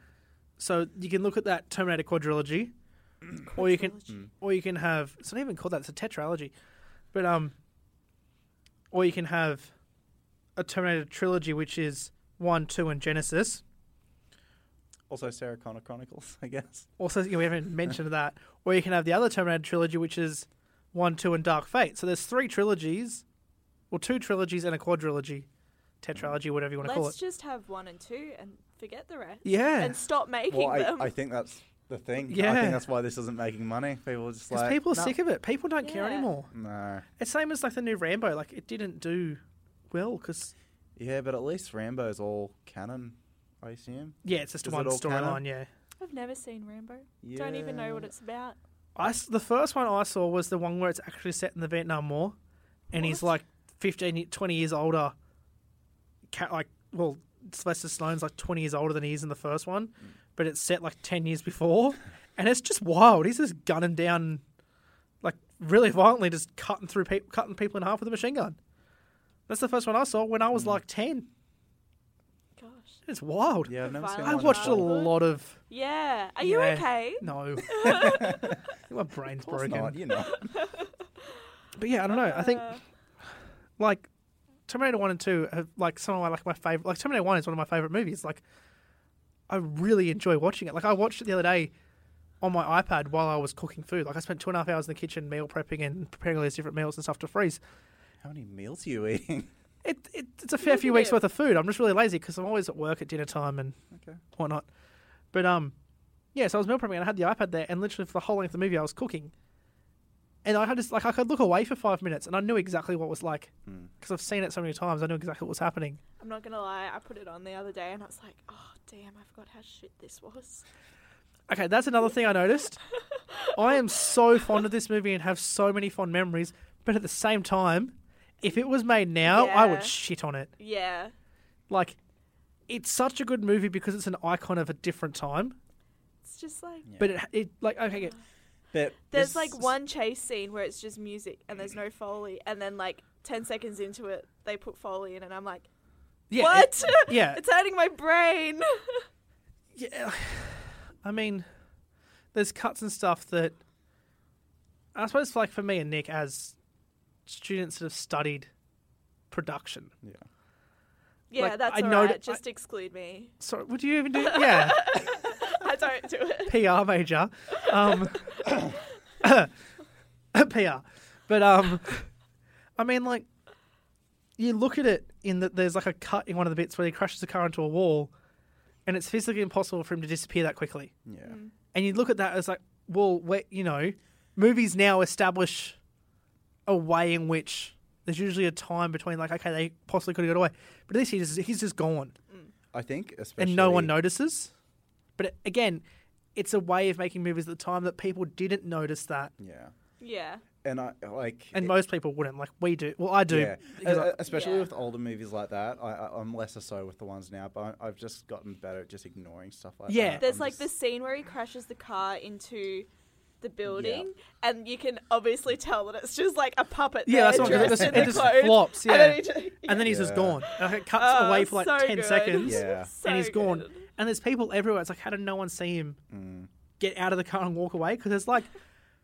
So you can look at that Terminator quadrilogy, or you can, Hmm. Quadrilogy. or you can have. It's not even called that. It's a tetralogy, but um, or you can have a Terminator trilogy, which is one, two, and Genesis. also Sarah Connor Chronicles, [LAUGHS] [LAUGHS] I guess. Also, you know, we [LAUGHS] haven't mentioned that. Or you can have the other Terminator trilogy, which is one, two, and Dark Fate. So there's three trilogies, well, two trilogies and a quadrilogy, tetralogy, whatever you want to call let's it. just have one and two and forget the rest. Yeah. And stop making Well, I, them. I think that's the thing. I Yeah. think that's why this isn't making money. People are just Because like people are "No, sick of it. People don't care Yeah. anymore. No, It's same as like the new Rambo. Like it didn't do well because yeah, but at least Rambo's all canon, I assume. yeah, it's just Is one it all canon? storyline. Yeah, I've never seen Rambo. Don't even know what Yeah. it's about. I s the first one I saw was the one where it's actually set in the Vietnam War, and he's What? like 15, ye- 20 years older. Ca like well, Sylvester Stallone's like twenty years older than he is in the first one, but it's set like ten years [LAUGHS] before, and it's just wild. He's just gunning down, like really violently, just cutting through people, cutting people in half with a machine gun. That's the first one I saw when I was Hmm. like ten. Gosh. It's wild. Yeah, I've never seen violent I one watched a before. lot [LAUGHS] of. Yeah. Are you Yeah. okay? No. [LAUGHS] My brain's Of course broken. not, you know. [LAUGHS] But yeah, I don't know. I think Uh, like Terminator One and Two have like some of my like my favorite. Like Terminator One is one of my favorite movies. Like I really enjoy watching it. Like I watched it the other day on my iPad while I was cooking food. Like I spent two and a half hours in the kitchen meal prepping and preparing all these different meals and stuff to freeze. How many meals are you [LAUGHS] eating? It, it it's a fair Look few at weeks it. worth of food. I'm just really lazy because I'm always at work at dinner time and Okay. whatnot. But um, yeah. So I was meal prepping and I had the iPad there, and literally for the whole length of the movie I was cooking. And I had just like I could look away for five minutes, and I knew exactly what it was like Hmm. because I've seen it so many times. I knew exactly what was happening. I'm not gonna lie. I put it on the other day and I was like, oh damn, I forgot how shit this was. Okay, that's another thing I [LAUGHS] noticed. I am so fond of this movie and have so many fond memories, but at the same time, if it was made now, I Yeah. would shit on it. Yeah. Like, it's such a good movie because it's an icon of a different time, It's just like Yeah. but it, it like okay, But There's this- like one chase scene where it's just music and there's [CLEARS THROAT] no foley, and then like ten seconds into it, they put foley in, and I'm like, Yeah, uh, what? it- yeah, [LAUGHS] it's hurting [LAUGHS] my brain. yeah. I mean, there's cuts and stuff that I suppose, like for me and Nick, as students that have studied production. Yeah. yeah, Like, that's I all noti- right. Just exclude me. [LAUGHS] Sorry, would you even do? Yeah, I don't do it. PR major, um, [COUGHS] PR. But um, I mean, like, you look at it in that there's like a cut in one of the bits where he crashes the car into a wall, and it's physically impossible for him to disappear that quickly. Yeah. Mm. and you look at that as like, well, wait, you know, movies now establish a way in which there's usually a time between like, okay, they possibly could have got away, but at least he's he's just gone I think especially and no one notices. But again, it's a way of making movies at the time that people didn't notice that, Yeah. Yeah. And I like and it- most people wouldn't. Like we do. Well, I do. Yeah. because Uh, I- especially Yeah. with older movies like that. I, I, I'm lesser so with the ones now, but I, I've just gotten better at just ignoring stuff like Yeah. that. There's I'm like just- the scene where he crashes the car into the building, and you can obviously tell that it's just like a puppet. Yeah, that's there what I'm- dressed it in the just clothes, flops, And then yeah. he just, and then he's just Yeah. gone. And it cuts [LAUGHS] Oh, away for like so ten good. seconds. Yeah. So and he's gone. good. And there's people everywhere. It's like, how did no one see him Mm. get out of the car and walk away? Because there's like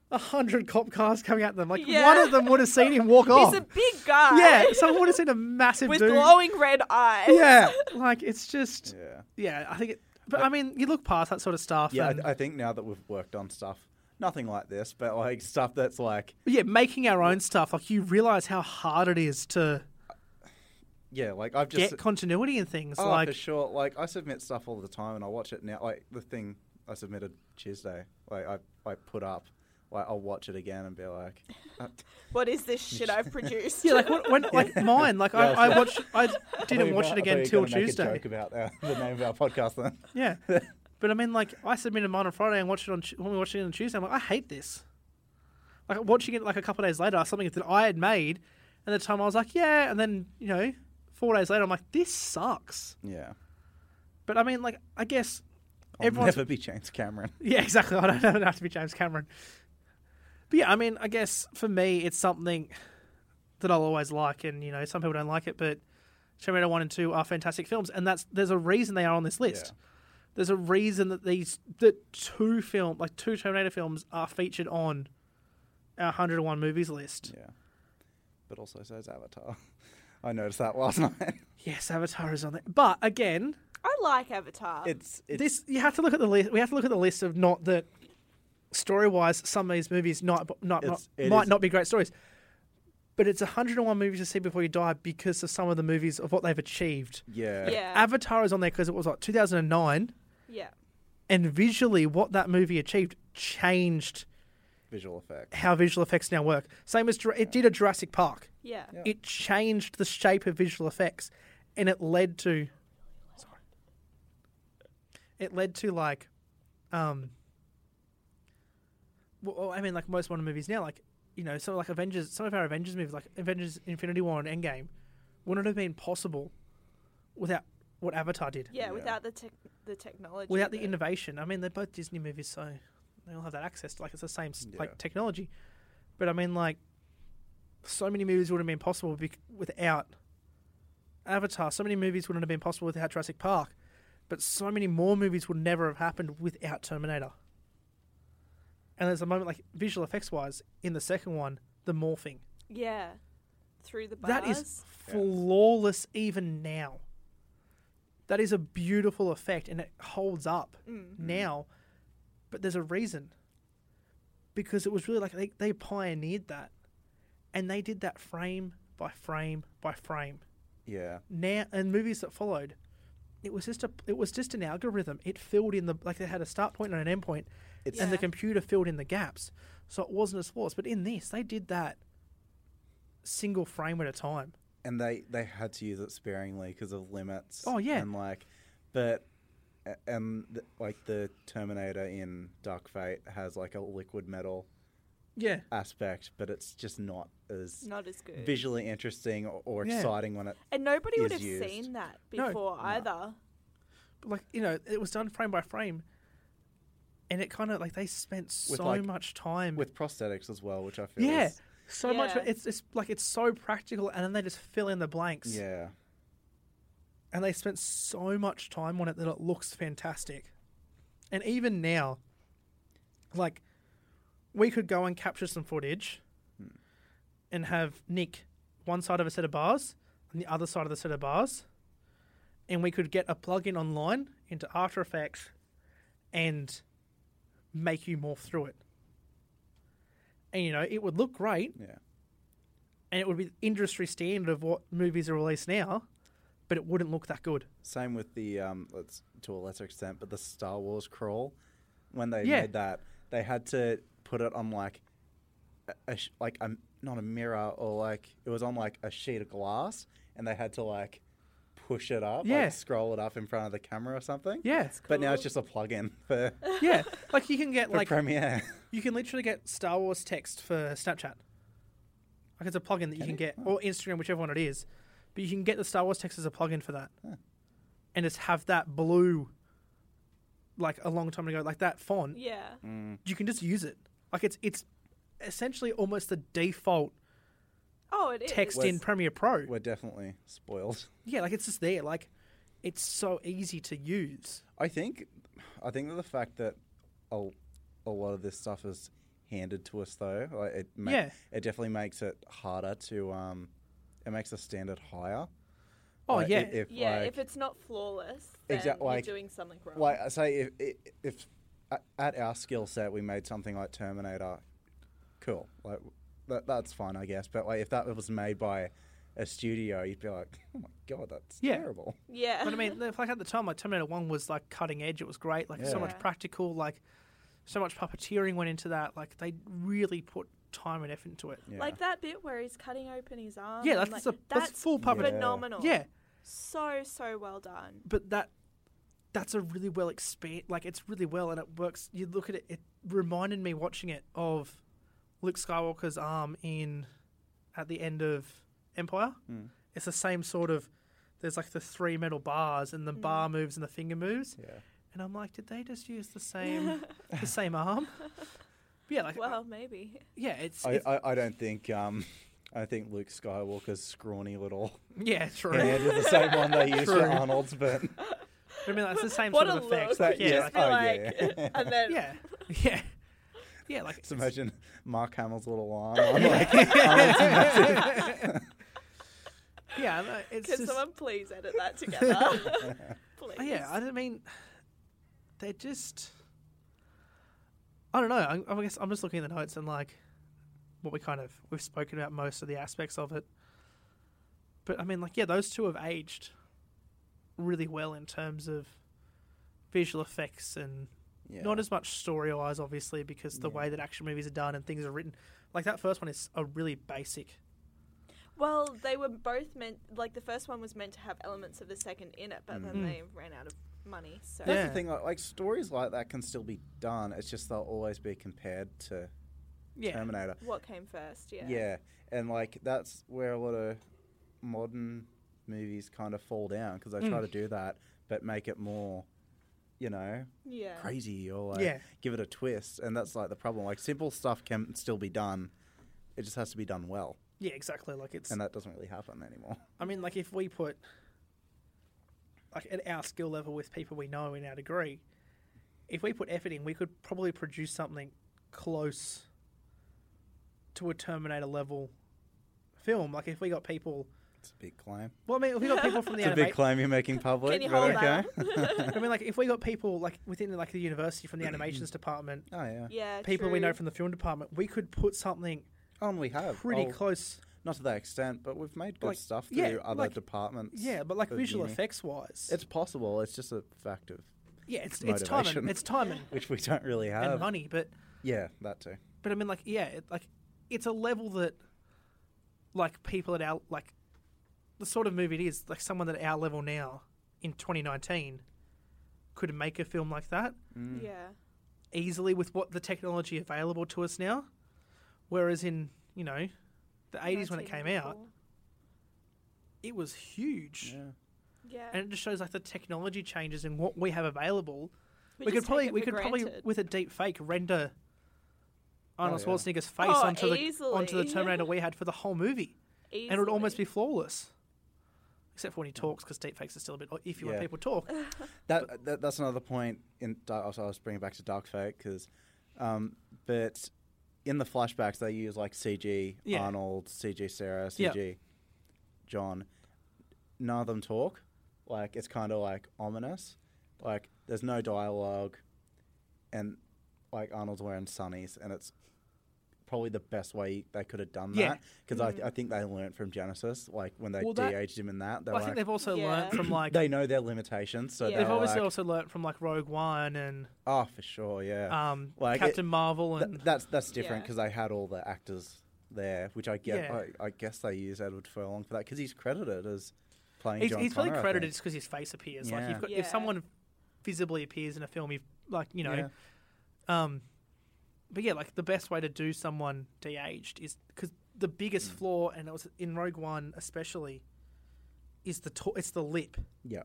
a hundred cop cars coming at them. Like Yeah. one of them would have seen him walk off. He's a big guy. Oh. yeah, someone would have seen a massive [LAUGHS] With dude. glowing red eyes. Yeah, like it's just Yeah. yeah. I think, it, but I mean, you look past that sort of stuff. Yeah, and, I, I think now that we've worked on stuff, nothing like this, but like stuff that's like, yeah, making our own stuff. Like you realize how hard it is to yeah, like I've get just continuity and things. oh, like for sure. Like I submit stuff all the time, and I watch it now. Like the thing I submitted Tuesday, like I I put up, like I'll watch it again and [LAUGHS] be like, uh, What is this shit [LAUGHS] I've produced? yeah, like when, [LAUGHS] when like mine. Like I, Yeah, I so- watched. I [LAUGHS] I thought didn't you watch were- it I again thought you till were gonna make a Tuesday. joke about uh, the name of our podcast then. Yeah. but I mean, like, I submitted mine on Friday and watched it on Tu- when we watched it on Tuesday. I'm like, I hate this. Like watching it like a couple of days later, something that I had made, and at the time I was like, yeah, and then you know, four days later I'm like, this sucks. [LAUGHS] Yeah, But I mean, like, I guess I'll everyone's never be James Cameron. yeah, [LAUGHS] exactly. I don't, I don't have to be James Cameron. But yeah, I mean, I guess for me, it's something that I'll always like, and you know, some people don't like it, but Terminator One and Two are fantastic films, and that's there's a reason they are on this list. There's a reason that these that two film like two Terminator films are featured on our 101 movies list. [LAUGHS] Yeah, but also so is Avatar. [LAUGHS] I noticed that last [LAUGHS] night. Yes, Avatar is on there, but again, I like Avatar. It's it's this you have to look at the list. We have to look at the list of not that story wise, some of these movies not not, not It's- it might is- not be great stories, but it's 101 movies to see before you die because of some of the movies of what they've achieved. yeah yeah. Avatar is on there because it was like 2009, yeah. and visually what that movie achieved changed visual effect. how visual effects now work. Same as Jura- it did a Jurassic Park. Yeah. Yeah. It changed the shape of visual effects, and it led to. Sorry. It led to like, um. Well, oh, I mean, like most modern movies now, like you know, some like Avengers, some of our Avengers movies, like Avengers: Infinity War and Endgame, wouldn't have been possible without what Avatar did, Yeah, Yeah. without the tech the technology. without the that- innovation. I mean, they're both Disney movies, so they all have that access. to Like it's the same s Yeah. like technology, but I mean, like so many movies wouldn't have been possible bec- without Avatar. So many movies wouldn't have been possible without Jurassic Park, but so many more movies would never have happened without Terminator. And there's a moment like visual effects wise in the second one, the morphing Yeah. Through the bars. that is Yeah. flawless even now. That is a beautiful effect and it holds up Mm, Mm-hmm. now. But there's a reason. Because it was really like they, they pioneered that. And they did that frame by frame by frame. Yeah, Now and movies that followed, it was just a it was just an algorithm. It filled in the like they had a start point and an end point it's and the Yeah. computer filled in the gaps. So it wasn't as flawless. But in this, they did that single frame at a time. and they they had to use it sparingly because of limits. Oh, yeah. and like, but a- and th- like the Terminator in Dark Fate has like a liquid metal Yeah. aspect, but it's just not as not as good. visually interesting or, or Yeah. exciting when it. and nobody would is have used. seen that No. before either. But like, you know, it was done frame by frame. and it kind of like they spent With, so like- much time with prosthetics as well, which I feel yeah is- so much Yeah. it's it's like it's so practical and then they just fill in the blanks yeah, and they spent so much time on it that it looks fantastic. And even now, like, we could go and capture some footage Hmm. and have Nick one side of a set of bars and the other side of the set of bars, and we could get a plug-in online into After Effects and make you morph through it. And you know, it would look great yeah, and it would be industry standard of what movies are released now, but it wouldn't look that good. Same with the um, let's to a lesser extent, but the Star Wars crawl when they Yeah. made that, they had to put it on like a, a sh- like a not a mirror or like it was on like a sheet of glass, and they had to like push it up, Yeah. like scroll it up in front of the camera or something. Yeah, But now it's Cool. just a plug-in for, yeah. Like you can get for like Premiere. [LAUGHS] you can literally get Star Wars text for Snapchat. Like it's a plugin that you can Can get, or Instagram, whichever one it is. But you can get the Star Wars text as a plugin for that, and just have that blue, like a long time ago, like that font. Yeah. You can just use it. Like it's it's essentially almost the default Oh, it is. text in With- Premiere Pro. We're definitely spoiled. Yeah, like it's just there. Like it's so easy to use. I think, I think that the fact that a, a lot of this stuff is handed to us though, like it ma- Yeah. it definitely makes it harder to um, it makes the standard higher. Oh Like, yeah, if, [LAUGHS] if, Yeah, like, if it's not flawless, then Exact- like- you're doing something wrong. like I say, if, if, if at- at our skill set we made something like Terminator, cool, like that, that's fine, I guess. But like if that was made by a studio, you'd be like, [LAUGHS] oh my god, that's Yeah. terrible. yeah. But I mean, like at the time, like Terminator One was like cutting edge. It was great. Like so Yeah. much Yeah. practical. Like so much puppeteering went into that. Like they really put time and effort into it. Yeah. [LAUGHS] Like that bit where he's cutting open his arm. Yeah, and, that's- Um, like, that's a- that's full puppet. Yeah. Phenomenal. Yeah, So so well done. but that that's a really well expand. Like it's really well and it works. You look at it. It reminded me watching it of Luke Skywalker's arm in at the end of Empire. Hmm. It's the same sort of. There's like the three metal bars, and the bar moves and the finger moves. yeah. And I'm like, did they just use [LAUGHS] the same the same arm? But yeah, like Well, maybe. yeah, it's, I, it's I, I don't think um, I think Luke Skywalker's scrawny little yeah, true. [LAUGHS] hand is the same one they use True. for Arnold's, but I mean, that's the same What sort of a effect. look. That- yeah, yeah. like, [LAUGHS] Just be Oh, like, yeah. [LAUGHS] and [LAUGHS] then yeah, yeah, yeah, like just imagine Mark Hamill's little arm. on, like, [LAUGHS] Arnold's massive- [LAUGHS] yeah, I know, [LAUGHS] it's Can just, someone please edit that together? [LAUGHS] [LAUGHS] please. Oh, yeah. I don't mean they're just. I don't know. I, I guess I'm just looking at the notes and like what we kind of we've spoken about most of the aspects of it. But I mean, like yeah, those two have aged really well in terms of visual effects and yeah. Not as much story wise, obviously, because the way that action movies are done and things are written. Like that first one is a really basic. Well, they were both meant like the first one was meant to have elements of the second in it, but then they ran out of money. So That's Mm-hmm. Yeah. the thing. Like, like stories like that can still be done. It's just they'll always be compared to Yeah. Terminator. what came first? Yeah. Yeah. and like that's where a lot of modern movies kind of fall down because they try Mm. to do that, but make it more, you know, Yeah. crazy or like Yeah. give it a twist and that's like the problem like simple stuff can still be done it just has to be done well Yeah, exactly. Like it's. and that doesn't really happen anymore [LAUGHS] I mean, like if we put, like at our skill level with people we know in our degree, if we put effort in, we could probably produce something close to a Terminator level film. Like if we got people. it's a big claim Well, I mean, if we got people from [LAUGHS] the it's a big anima- claim [LAUGHS] you're making public Can you but hold okay I mean, like if we got people like within like the university from the animations [CLEARS THROAT] department [LAUGHS] oh yeah. Yeah. people we true. know from the film department, we could put something um we have pretty Oh, close. not to that extent but we've made good Like, stuff through yeah, other like- departments Yeah, but like of visual uni. effects wise, it's possible it's just a fact of yeah, it's it's time and motivation. it's time and, which we don't really have and money, but yeah that too but I mean like yeah, it, like it's a level that like people at our like the sort of movie it is like someone at our level now in 2019 could make a film like that Mm, Yeah. easily with what the technology available to us now, whereas in you know the 80s when it came out, 1984. it was huge. yeah Yeah. and it just shows like the technology changes and what we have available We, we just could take probably it we for could probably granted. with a deep fake render Arnold yeah. Schwarzenegger's face Oh, onto the onto the easily. Terminator we had for the whole movie, and it would almost be Easily. flawless, except for when he talks because deep fakes are still a bit iffy when Mm. Yeah. people talk. That, that that's another point. In Dark- I was bringing it back to Dark Fate because, um, but in the flashbacks they use like CG Yeah. Arnold, CG Sarah, Yep. CG John. None of them talk. Like it's kind of like ominous. Like there's no dialogue, and like Arnold's wearing sunnies, and it's probably the best way they could have done Yeah. Mm-hmm. that because I, I think they learned from Genesis. Like when they Well, that- de-aged him in that, they Well, I like, think they've also Yeah. learnt from like they know their limitations. So Yeah. they've they're obviously like, also learnt from like Rogue One and Oh, for sure, yeah. um, Like, it- Captain Marvel Th- and that's that's different Yeah. because they had all the actors there, which I get. Yeah. I, I guess they use Edward Furlong for that because he's credited as playing. he's, John he's probably Connor, I credited think. just because his face appears. Like Yeah. you've got, Yeah. if someone visibly appears in a film, you've like you know. Yeah. Um, but yeah, like the best way to do someone de-aged is because the biggest Mm. flaw, and it was in Rogue One especially, is the to- it's the lip. Yeah,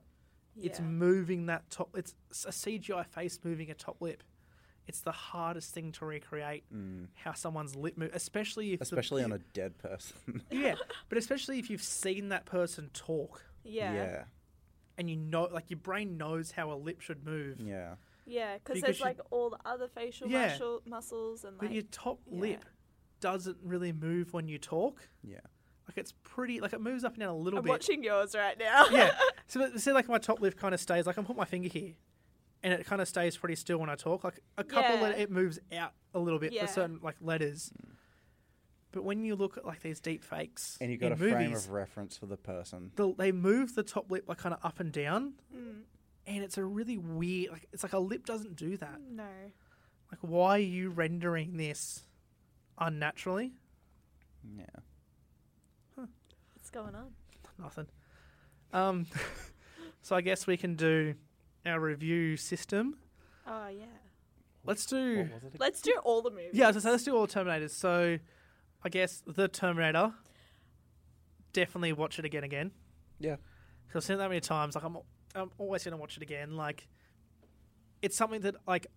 It's Yeah. moving that top. It's a CGI face moving a top lip. It's the hardest thing to recreate how someone's lip move, especially if the- Mm. especially on a dead person. [LAUGHS] [LAUGHS] yeah, but especially if you've seen that person talk yeah, yeah, and you know, like your brain knows how a lip should move. yeah. Because Because there's you- like all the other facial Yeah. muscle, muscles and But your like top yeah. lip doesn't really move when you talk. yeah. Like it's pretty, like it moves up and down a little I'm bit. watching yours right now. yeah. [LAUGHS] So see, like my top lip kind of stays. Like I'm put my finger here, and it kind of stays pretty still when I talk. Like a couple, Yeah. that it moves out a little bit Yeah. for certain like letters. But when you look at like these deep fakes Hmm. And you've in got a movies, frame of reference for the person. the, they move the top lip like kind of up and down, Mm. and it's a really weird. Like it's like a lip doesn't do that. [LAUGHS] No. Like why are you rendering this unnaturally? Yeah. What's going on? Nothing. Um, [LAUGHS] so I guess we can do our review system. Oh yeah. Let's do. What was it? again? Let's do all the movies. Yeah, so let's do all Terminators. So I guess the Terminator. Definitely watch it again, again. Yeah. Because I've seen it that many times. Like I'm, I'm always going to watch it again. Like it's something that like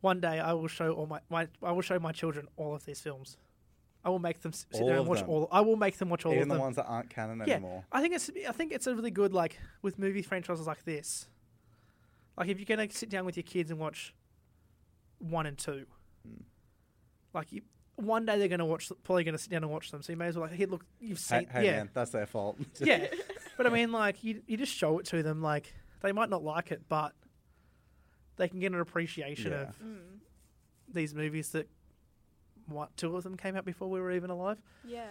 one day I will show all my, my I will show my children all of these films. I will make them s- sit All there and of watch them. all. I will make them watch all Even of the them. ones that aren't canon yeah, anymore. I think it's I think it's a really good like with movie franchises like this. Like if you're gonna sit down with your kids and watch one and two, Hmm. like you, one day they're gonna watch probably gonna sit down and watch them. So you may as well like hey look you've Hey, seen hey yeah man, that's their fault. [LAUGHS] yeah. [LAUGHS] but I mean like you you just show it to them like they might not like it but they can get an appreciation Yeah. of these movies that what two of them came out before we were even alive. Yeah.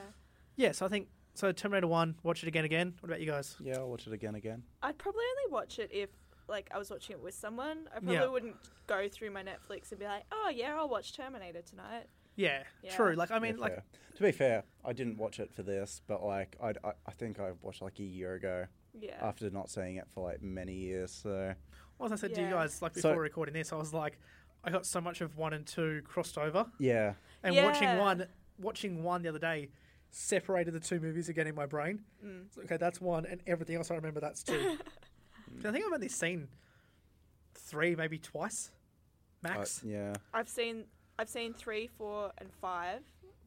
Yeah, so I think so Terminator One, watch it again again. What about you guys? yeah, I'll watch it again again. I'd probably only watch it if like I was watching it with someone. I probably Yeah. wouldn't go through my Netflix and be like, oh yeah, I'll watch Terminator tonight. Yeah, Yeah. true. Like I Yeah, mean, like fair. to be fair, I didn't watch it for this, but like I'd, I, I think I watched like a year ago Yeah. after not seeing it for like many years. So what was I said to you Yeah. guys like So- before recording this, I was like, I got so much of one and two crossed over, yeah, and watching Yeah. one, watching one the other day, separated the two movies again in my brain. Mm. It's like, okay, that's one, and everything else I remember that's two. [LAUGHS] I think I've only seen three, maybe twice, I- max. yeah, I've seen I've seen three, four, and five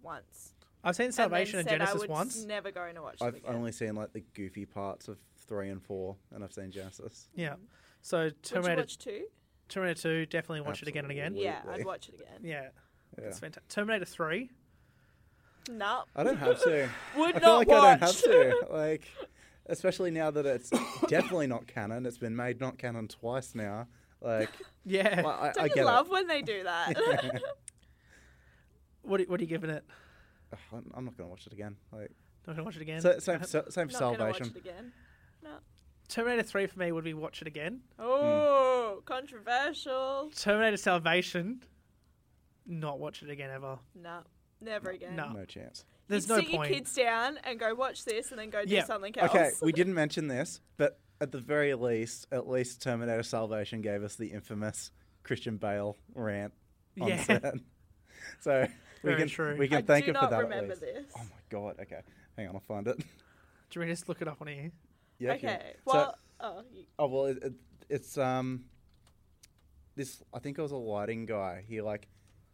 once. I've seen Salvation and and, then said I Genesis would once. Never going to watch them I've again. only seen like the goofy parts of three and four, and I've seen Genesis. yeah. So Would you Terminator, watch two? Terminator Two, definitely watch it again and again. Absolutely. Yeah, I'd Absolutely. watch it [LAUGHS] again. Yeah, Yeah. that's fantastic. Terminator Three. No, I don't have [LAUGHS] to. would I feel not like watch. I don't have [LAUGHS] to. Like, especially now that it's definitely not canon. It's been made not canon twice now. [LAUGHS] Like, Yeah. well, I, Don't I you get love it. when they [LAUGHS] do that? [LAUGHS] What are, what are you giving it? Ugh, I'm, I'm not gonna watch it again. Like, Not gonna watch it again. so, same, for Sal- same for not going to watch Salvation. it again. No. Terminator 3 for me would be watch it again. Hmm. Oh, controversial. Terminator Salvation, not watch it again ever. No, never again. no. No chance. There's You'd no sit point. your kids down and go watch this and then go do Yeah. something else. Okay, we didn't mention this, but at the very least, at least Terminator Salvation gave us the infamous Christian Bale rant on Yeah. set. [LAUGHS] So we Very can true. we can I thank do it not for that. at remember least. this. Oh my god. Okay, hang on, I'll find it. [LAUGHS] Do we just look it up on here? Yeah, okay. So, Well, oh, you, oh well, it, it, it's um, this I think it was a lighting guy. He like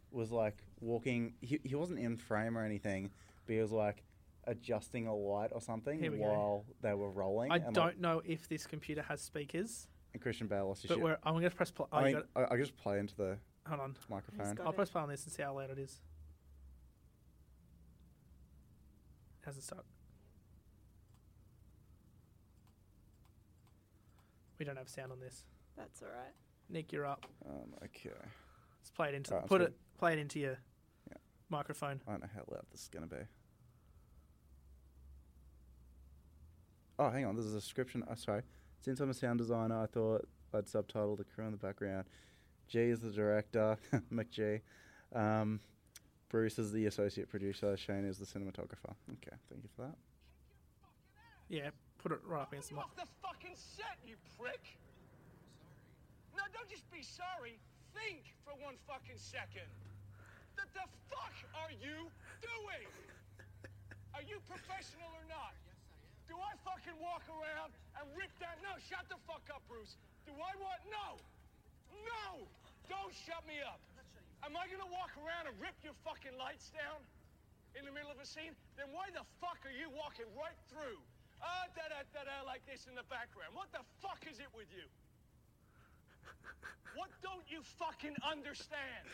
was like walking. He he wasn't in frame or anything, but he was like adjusting a light or something Here we go. while they were rolling. I and, like, don't know if this computer has speakers, and Christian Bale lost his but shit. we're, I'm going to press play. Oh, I you mean, got it. I, I just play into the Hold on. microphone. got I'll it. press play on this and see how loud it is. It hasn't started. We don't have sound on this. That's all right. Nick, you're up. Um, okay, Let's play it into Alright, put that's it play it into your Yeah. microphone. I don't know how loud this is gonna be. Oh, hang on. There's a description. Oh, sorry. Since I'm a sound designer, I thought I'd subtitle the crew in the background. G is the director, [LAUGHS] McG. Um, Bruce is the associate producer. Shane is the cinematographer. Okay, thank you for that. Yeah, put it right up against the mic. off the fucking set, you prick! No, don't just be sorry. Think for one fucking second. The, the fuck are you doing? Are you professional or not? Do I fucking walk around and rip that? No, shut the fuck up, Bruce. Do I want? No, no! Don't shut me up. Am I gonna walk around and rip your fucking lights down in the middle of a scene? Then why the fuck are you walking right through? Ah, da da da da, like this in the background. What the fuck is it with you? What don't you fucking understand?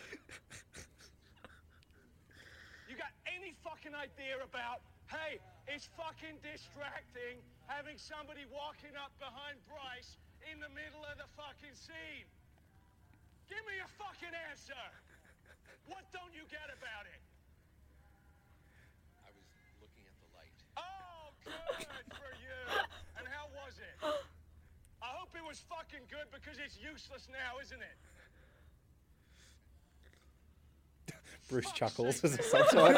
You got any fucking idea about, hey, it's fucking distracting having somebody walking up behind Bryce in the middle of the fucking scene? Give me a fucking answer. What don't you get about it? I was looking at the light. Oh, good for you. And how was it? I hope it was fucking good because it's useless now, isn't it? Bruce Fuck's chuckles sake, as a man. subtitle.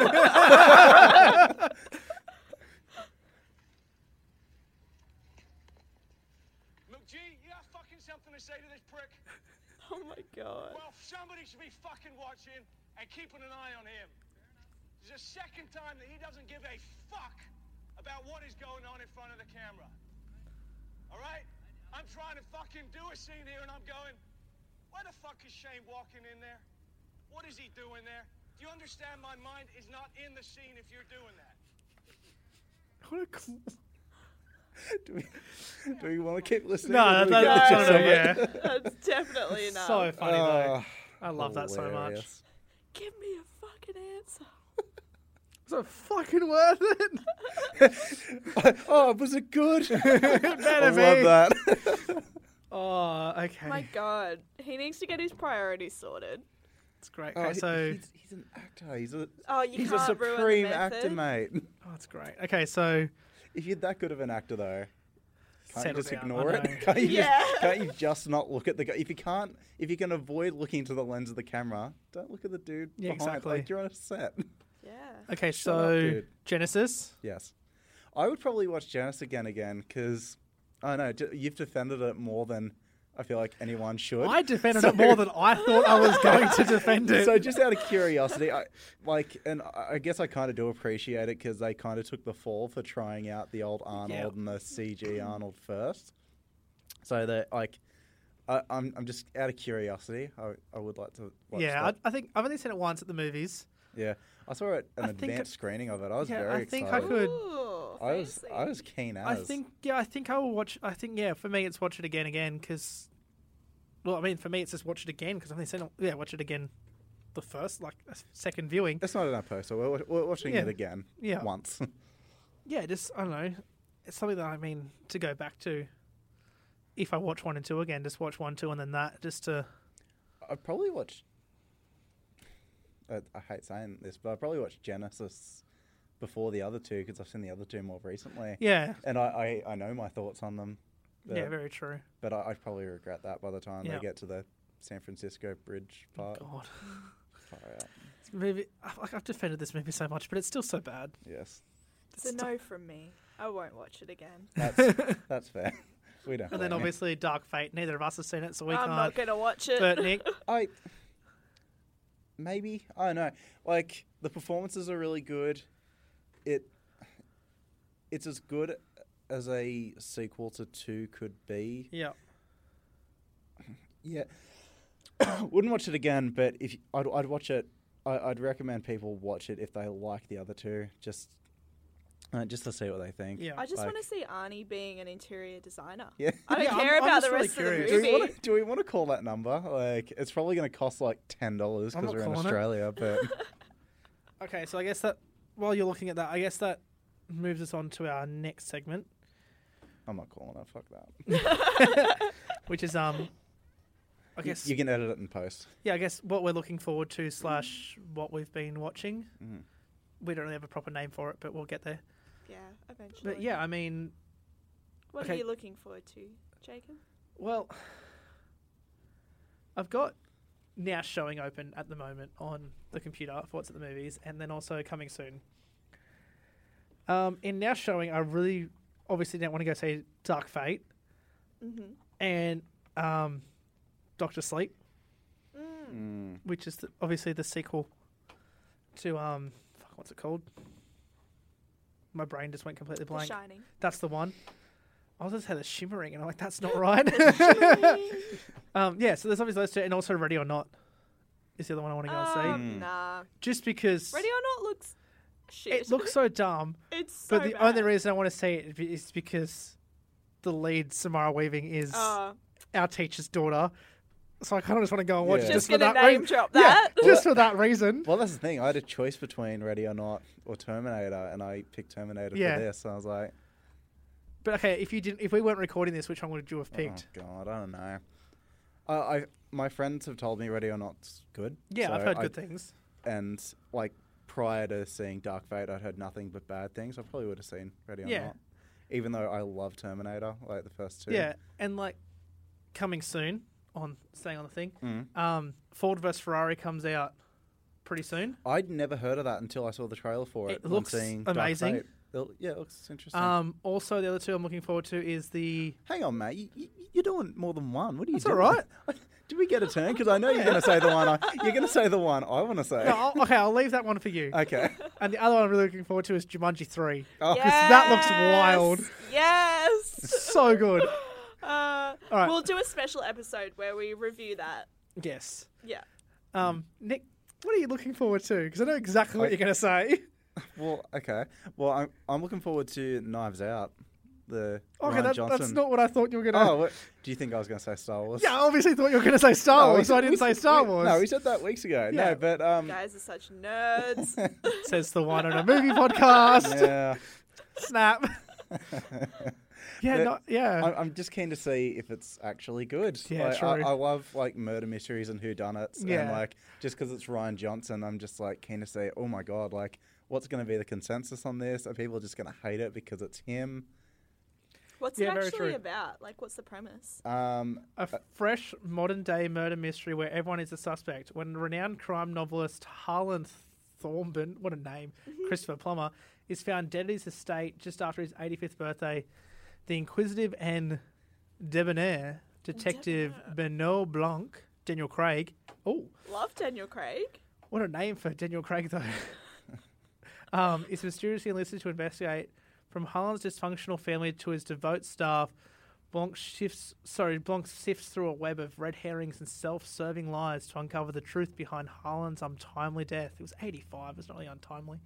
McGee, you have fucking something to say to this prick? [LAUGHS] Oh my god. Well, somebody should be fucking watching and keeping an eye on him. This is the second time that he doesn't give a fuck about what is going on in front of the camera. All right? I'm trying to fucking do a scene here and I'm going, why the fuck is Shane walking in there? What is he doing there? Do you understand my mind is not in the scene if you're doing that? What a [LAUGHS] cool... do we, do we want to keep listening? No, or that, do we that's go just No, no, so, somewhere? yeah. [LAUGHS] That's definitely [LAUGHS] enough. so funny though. Ah, I love that so much. hilarious. Give me a fucking answer. It's a fucking worth it. [LAUGHS] oh, was it good? I Better be. love that. [LAUGHS] Oh, okay. My god. He needs to get his priorities sorted. It's great. Oh, Okay, he- so he's, he's an actor. He's a Oh, you he's a can't ruin supreme the actor, method. mate. oh, it's great. Okay, so If you're that good of an actor, though, can't Settle you just down, I ignore know. it? [LAUGHS] Can't you, Yeah. just, can't you just not look at the guy? If you can't, if you can avoid looking to the lens of the camera, don't look at the dude Yeah, behind. exactly. Like you're on a set. [LAUGHS] Yeah. okay, up, so dude. Genesis. yes, I would probably watch Janice again again because I don't know j- you've defended it more than I feel like anyone should. I defended So- it more than I thought I was going to defend it. [LAUGHS] so just out of curiosity, I like, and I I guess I kind of do appreciate it because they kind of took the fall for trying out the old Arnold Yeah. and the CG Arnold first. So that like, I, I'm I'm just out of curiosity. I, I would like to. Watch yeah, I, that. I think I've only seen it once at the movies. yeah. I saw it an I think I- advanced screening of it. I was yeah, very I think I excited. could. Ooh, I was fancy. I was keen as. I think yeah, I think I will watch. I think yeah, for me it's watch it again again because, well, I mean for me it's just watch it again because I've only seen it, yeah watch it again, the first like a second viewing. that's not in our poster. We're, wa- we're watching Yeah. it again. Yeah. Once. [LAUGHS] Yeah, just I don't know. It's something that I mean to go back to. If I watch one and two again, just watch one, two, and then that just to I probably watched. I, I hate saying this, but I probably watched Genesis before the other two because I've seen the other two more recently. yeah And I, I, I know my thoughts on them. But, yeah very true. but I, I'd probably regret that by the time Yeah. Oh, they get to the San Francisco Bridge part. God, Far out. this movie. I- Like I've defended this movie so much, but it's still so bad. [LAUGHS] Yes, It's a no from me. I won't watch it again. that's, that's fair. [LAUGHS] We don't. And then blame you. obviously Dark Fate. Neither of us have seen it, so we I'm not can't. gonna watch it. But Nick, I maybe I don't know. Like the performances are really good. It it's as good as a sequel to two could be. yeah, Yeah. [COUGHS] wouldn't watch it again, but if I'd, I'd watch it, I, I'd recommend people watch it if they like the other two, just uh, just to see what they think. Yeah. [LAUGHS] I just Like- want to see Arnie being an interior designer. [LAUGHS] Yeah. I don't Yeah, I'm- care I'm about just the really rest curious. Do of the we, movie. want to, do we want to call that number? Like, it's probably going to cost like ten dollars I'm because not we're in calling it. Australia. [LAUGHS] But Okay, so I guess that while you're looking at that, I guess that moves us on to our next segment, I'm not calling it. Fuck that. which is um, I You- guess you can edit it and post. yeah, I guess what we're looking forward to slash what we've been watching. Mm. We don't really have a proper name for it, but we'll get there. yeah, eventually. But yeah, I mean, What okay. are you looking forward to, Jacob? well, I've got now showing open at the moment on the computer for what's at the movies, and then also coming soon. Um, in now showing, I really obviously don't want to go see Dark Fate Mm-hmm. and um, Doctor Sleep. Mm. Mm. which is the, obviously the sequel to um, fuck, what's it called? My brain just went completely The blank. [LAUGHS] Shining. That's the one. I just had a shimmering, and I'm like, [LAUGHS] that's not right. [LAUGHS] um, yeah, so there's obviously those two, and also Ready or Not is the other one I want to Hmm. go and see, see. Um, nah. just because Ready or Not looks shit. it looks so dumb. It's so but the bad. only reason I want to see it be- is because the lead Samara Weaving is Oh, our teacher's daughter, so I kind of just want to go and watch Yeah. it just, just gonna for that name reason. drop Yeah, that. just for that reason. Well, that's the thing. I had a choice between Ready or Not or Terminator, and I picked Terminator Yeah. for this. And I was like, But okay, if you didn't, if we weren't recording this, which one would you have picked? Oh God, I don't know. I, I my friends have told me Ready or Not's good. yeah, I've so heard I- good things. And like prior to seeing Dark Fate, I'd heard nothing but bad things. I probably would have seen Ready or Yeah. Not, even though I love Terminator, like the first two. Yeah, and like coming soon on staying on the thing. Mm. Um, Ford versus Ferrari comes out pretty soon. I'd never heard of that until I saw the trailer for it. It on looks seeing Dark amazing. Fate. It'll- yeah, it looks interesting. Um, also the other two I'm looking forward to is [LAUGHS] the Hang on, mate. You, you, you're doing more than one. What are you That's all doing? [LAUGHS] Do we get a turn? Because I know you're going to say the one. I, you're going to say the one I want to say. no, I'll- okay. I'll leave that one for you. [LAUGHS] [LAUGHS] Okay. And the other one I'm really looking forward to is Jumanji Three. Oh, Yes. that looks wild. [LAUGHS] Yes. So [LAUGHS] good. Uh, All right. We'll do a special episode where we review that. Yes. Yeah. Um, Nick, what are you looking forward to? Because I know exactly what you're going to say. [LAUGHS] [LAUGHS] Well, okay. Well, I'm, I'm looking forward to Knives Out. The Okay, Ryan that, Johnson. that's not what I thought you were going to. Oh, what, do you think I was going to say Star Wars? Yeah, I obviously thought you were going to say Star No, we Wars, so I said- didn't we [LAUGHS] say said- Star we- Wars. No, we said that weeks ago. Yeah. No, but um, Guys are [LAUGHS] such nerds. Says the one on a movie podcast. yeah, [LAUGHS] [LAUGHS] Snap. yeah, But not, yeah. I'm, I'm just keen to see if it's actually good. Yeah, Like, I, true. I love like murder mysteries and whodunits, and Yeah. like just because it's Ryan Johnson, I'm just like keen to say, oh my god, like what's going to be the consensus on this? Are people just going to hate it because it's him? What's Yeah, it very actually true. about? Like, what's the premise? Um, a fresh modern day murder mystery where everyone is a suspect. When renowned crime novelist Harlan Thornburn, what a name, Christopher Plummer, is found dead at his estate just after his 85th birthday, the inquisitive and debonair detective Benoit Blanc, Daniel Craig. Oh, Love Daniel Craig. What a name for Daniel Craig, though. [LAUGHS] um, is mysteriously enlisted to investigate from Harlan's dysfunctional family to his devout staff. Blanc shifts, sorry, Blanc sifts through a web of red herrings and self-serving lies to uncover the truth behind Harlan's untimely death. It was 85; it's not really untimely.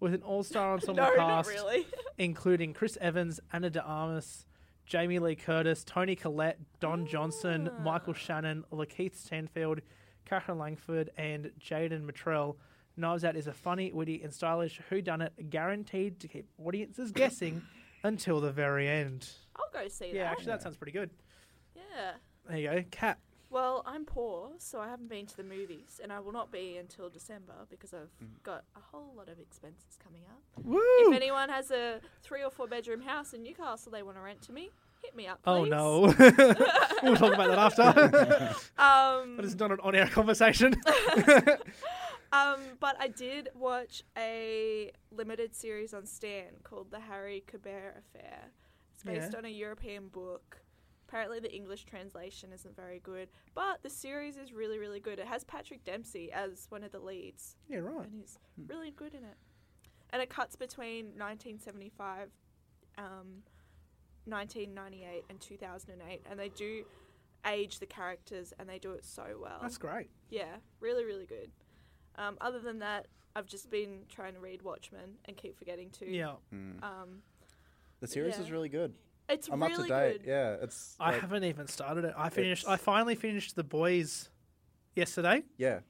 With an [LAUGHS] all-star ensemble no, cast, not really. [LAUGHS] including Chris Evans, Anna De Armas, Jamie Lee Curtis, Tony Collette, Don Johnson, Ah. Michael Shannon, Lakeith Stanfield, Catherine Langford, and Jaden Mattrell. Knives Out is a funny, witty, and stylish whodunit guaranteed to keep [COUGHS] audiences guessing until the very end. I'll go see Yeah, that. actually, that sounds pretty good. Yeah. There you go. Cat. Well, I'm poor, so I haven't been to the movies, and I will not be until December because I've got a whole lot of expenses coming up. Mm. Woo! If anyone has a three or four bedroom house in Newcastle they want to rent to me, hit me up. Please. Oh [LAUGHS] no. [LAUGHS] we'll talk about that after. that Um, is not an on air [LAUGHS] conversation. um, but I did watch a limited series on Stan called The Harry Cabert Affair. It's based Yeah. on a European book. Apparently, the English translation isn't very good, but the series is really, really good. It has Patrick Dempsey as one of the leads. yeah, right. and he's Hmm. really good in it. And it cuts between 1975, um, 1998, and 2008, and they do age the characters, and they do it so well. That's great. yeah, really, really good. Um, other than that, I've just been trying to read Watchmen and keep forgetting to. Yeah. Um, The series Yeah. is really good. it's I'm really up to date. good. Yeah, it's. I like- haven't even started it. I finished. I It's- finally finished The Boys yesterday. Yeah.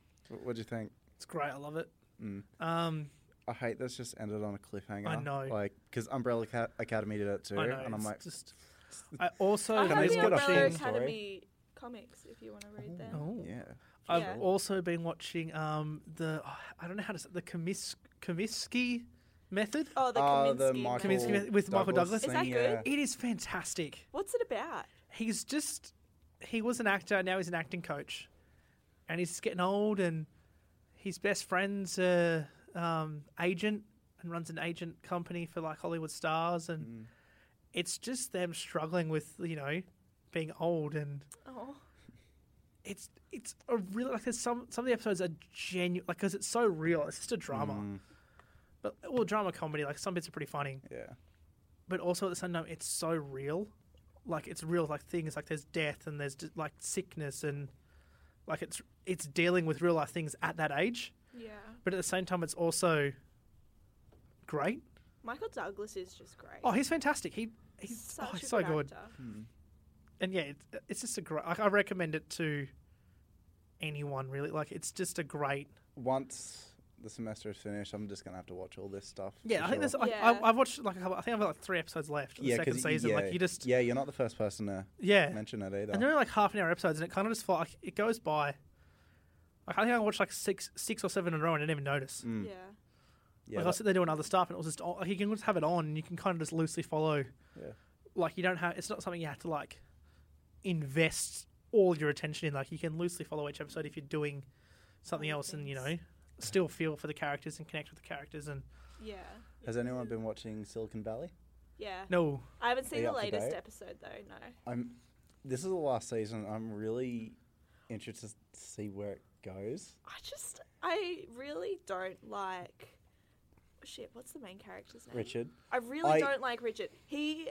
What do you think? It's great. I love it. Mm. Um, I hate this. Just ended on a cliffhanger. I know. Like, because Umbrella Ca- Academy did it too, I know. and I'm it's like, [LAUGHS] just. I also I Can I have been the just get a watching. Umbrella full story? Academy comics if you want to read them. Oh. yeah. I've Yeah. also been watching um the oh, I don't know how to say the Kamis- Kaminsky method. Oh, the Uh, Kaminsky. the method. Kaminsky method. with Michael Douglas. Is that thing, good? yeah. It is fantastic. What's it about? He's just he was an actor, now he's an acting coach, and he's getting old. And his best friend's a um, agent and runs an agent company for like Hollywood stars, and it's just them struggling with you know being old and Oh, it's it's a really like there's some some of the episodes are genuine like because it's so real. It's just a drama, Mm. but well, drama comedy. Like some bits are pretty funny, Yeah. but also at the same time, it's so real. Like it's real. Like things like there's death and there's just, like sickness and like it's it's dealing with real life things at that age. yeah. But at the same time, it's also great. Michael Douglas is just great. Oh, he's fantastic. He he's Such oh, a he's so good. actor. and yeah, it's, it's just a great. Like I recommend it to anyone really. Like it's just a great Once the semester is finished, I'm just gonna have to watch all this stuff. Yeah, for I think sure. there's. Like, Yeah. I, I've watched like a couple. I think I've got like three episodes left. Of the second 'cause y- season. Yeah, like you just. Yeah. yeah, you're not the first person to mention it either. And they're only like half an hour episodes, and it kind of just felt like it goes by. Like I think I watched like six, six or seven in a row, and I didn't even notice. Hmm. Yeah. Mm. yeah, like I that- was sitting there doing other stuff, and it was just on- like you can just have it on, and you can kind of just loosely follow. Yeah. Like you don't have. It's not something you have to like invest all your attention in. Like you can loosely follow each episode if you're doing something Other else, and you know, things. still feel for the characters and connect with the characters. And Yeah. has anyone been watching Silicon Valley? Yeah. no, I haven't seen you the up to latest date? episode though. No. I'm. This is the last season. I'm really interested to see where it goes. I just, I really don't like. Shit, what's the main character's name? Richard, I really I- don't like Richard. He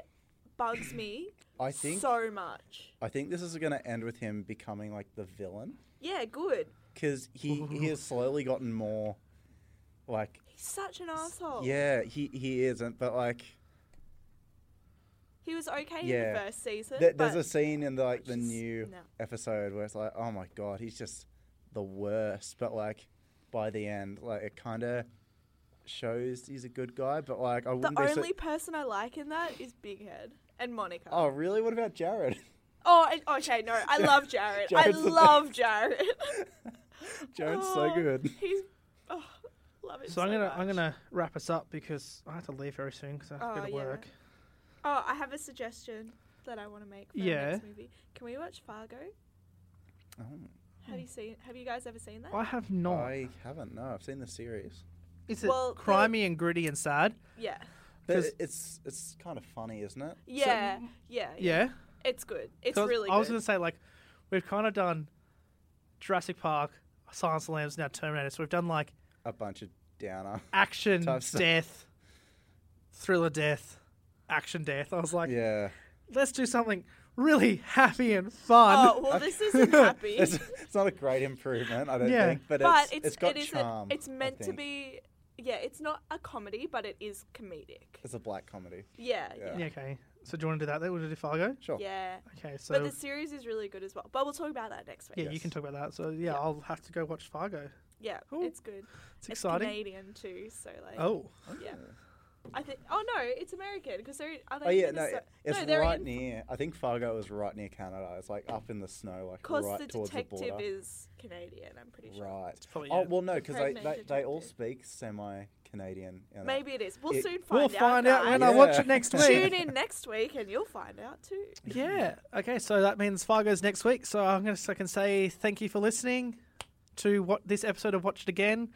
bugs me [COUGHS] I think so much. I think this is going to end with him becoming like the villain Yeah, good. because he [LAUGHS] he has slowly gotten more like He's such an Oh. asshole. yeah he he isn't but like He was okay in the Yeah. first season. th- there's but a scene in the, like the just- new no. episode where it's like oh my god he's just the worst but like by the end like it kind of shows he's a good guy but like I the wouldn't be so- only person I like in that is Big Head and Monica. oh really what about Jared [LAUGHS] Oh, and- okay, no, I love Jared. I Jared's the love Jared. Jared's so Oh, good [LAUGHS] He's, oh, love him. So I'm gonna I'm much. gonna wrap us up because I have to leave very soon because I have to Oh, go to yeah. work. Oh, I have a suggestion that I want to make for Yeah. our next movie. Can we watch Fargo? Oh, Have you seen? Have you guys ever seen that? I have not. I haven't no I've seen the series Is it Well, the- crimey and gritty and sad? Yeah. but 'Cause- it's it's kind of funny isn't it Yeah, yeah, yeah. Yeah. It's good. It's 'Cause really I was good. gonna say like, we've kind of done Jurassic Park, Silence of the Lambs, now Terminator. So we've done like a bunch of downer action, Tough stuff. death, thriller, death, action, death. I was [LAUGHS] like, yeah. let's do something really happy and fun. Oh well, [LAUGHS] this isn't happy, it's, it's not a great improvement, I don't Yeah. think, but, but it's, it's it's got it isn't- charm. It's I meant to think. be. Yeah, it's not a comedy, but it is comedic. It's a black comedy. Yeah, yeah, Yeah. Yeah, okay. So do you want to do that? Then we'll do Fargo. Sure. yeah. Okay. So But the series is really good as well. But we'll talk about that next yeah, week. you Yes. can talk about that. So yeah, I'll have to go watch Fargo. Yeah, Cool. it's good. It's exciting. Canadian too, so like. Oh. Yeah. I think. Oh no, it's American because they're. Are they Oh yeah, in no, Minneso- it- it's no, they're right in near. I think Fargo is right near Canada. It's like up in the snow, like Because right the towards the detective border. is Canadian, I'm pretty sure. right. probably, oh yeah. well, no, because they, Redneck they they all detective. speak semi-Canadian. in it. Maybe it is. We'll It- soon find We'll out. find out when I guys. Yeah. watch it [LAUGHS] next Tune week. in next week and you'll find out too. yeah. Okay, so that means Fargo's next week. So I'm going to I can say thank you for listening to what this episode of Watch It Again.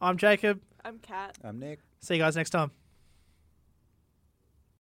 I'm Jacob. I'm Kat. I'm Um, Nick. See you guys next time.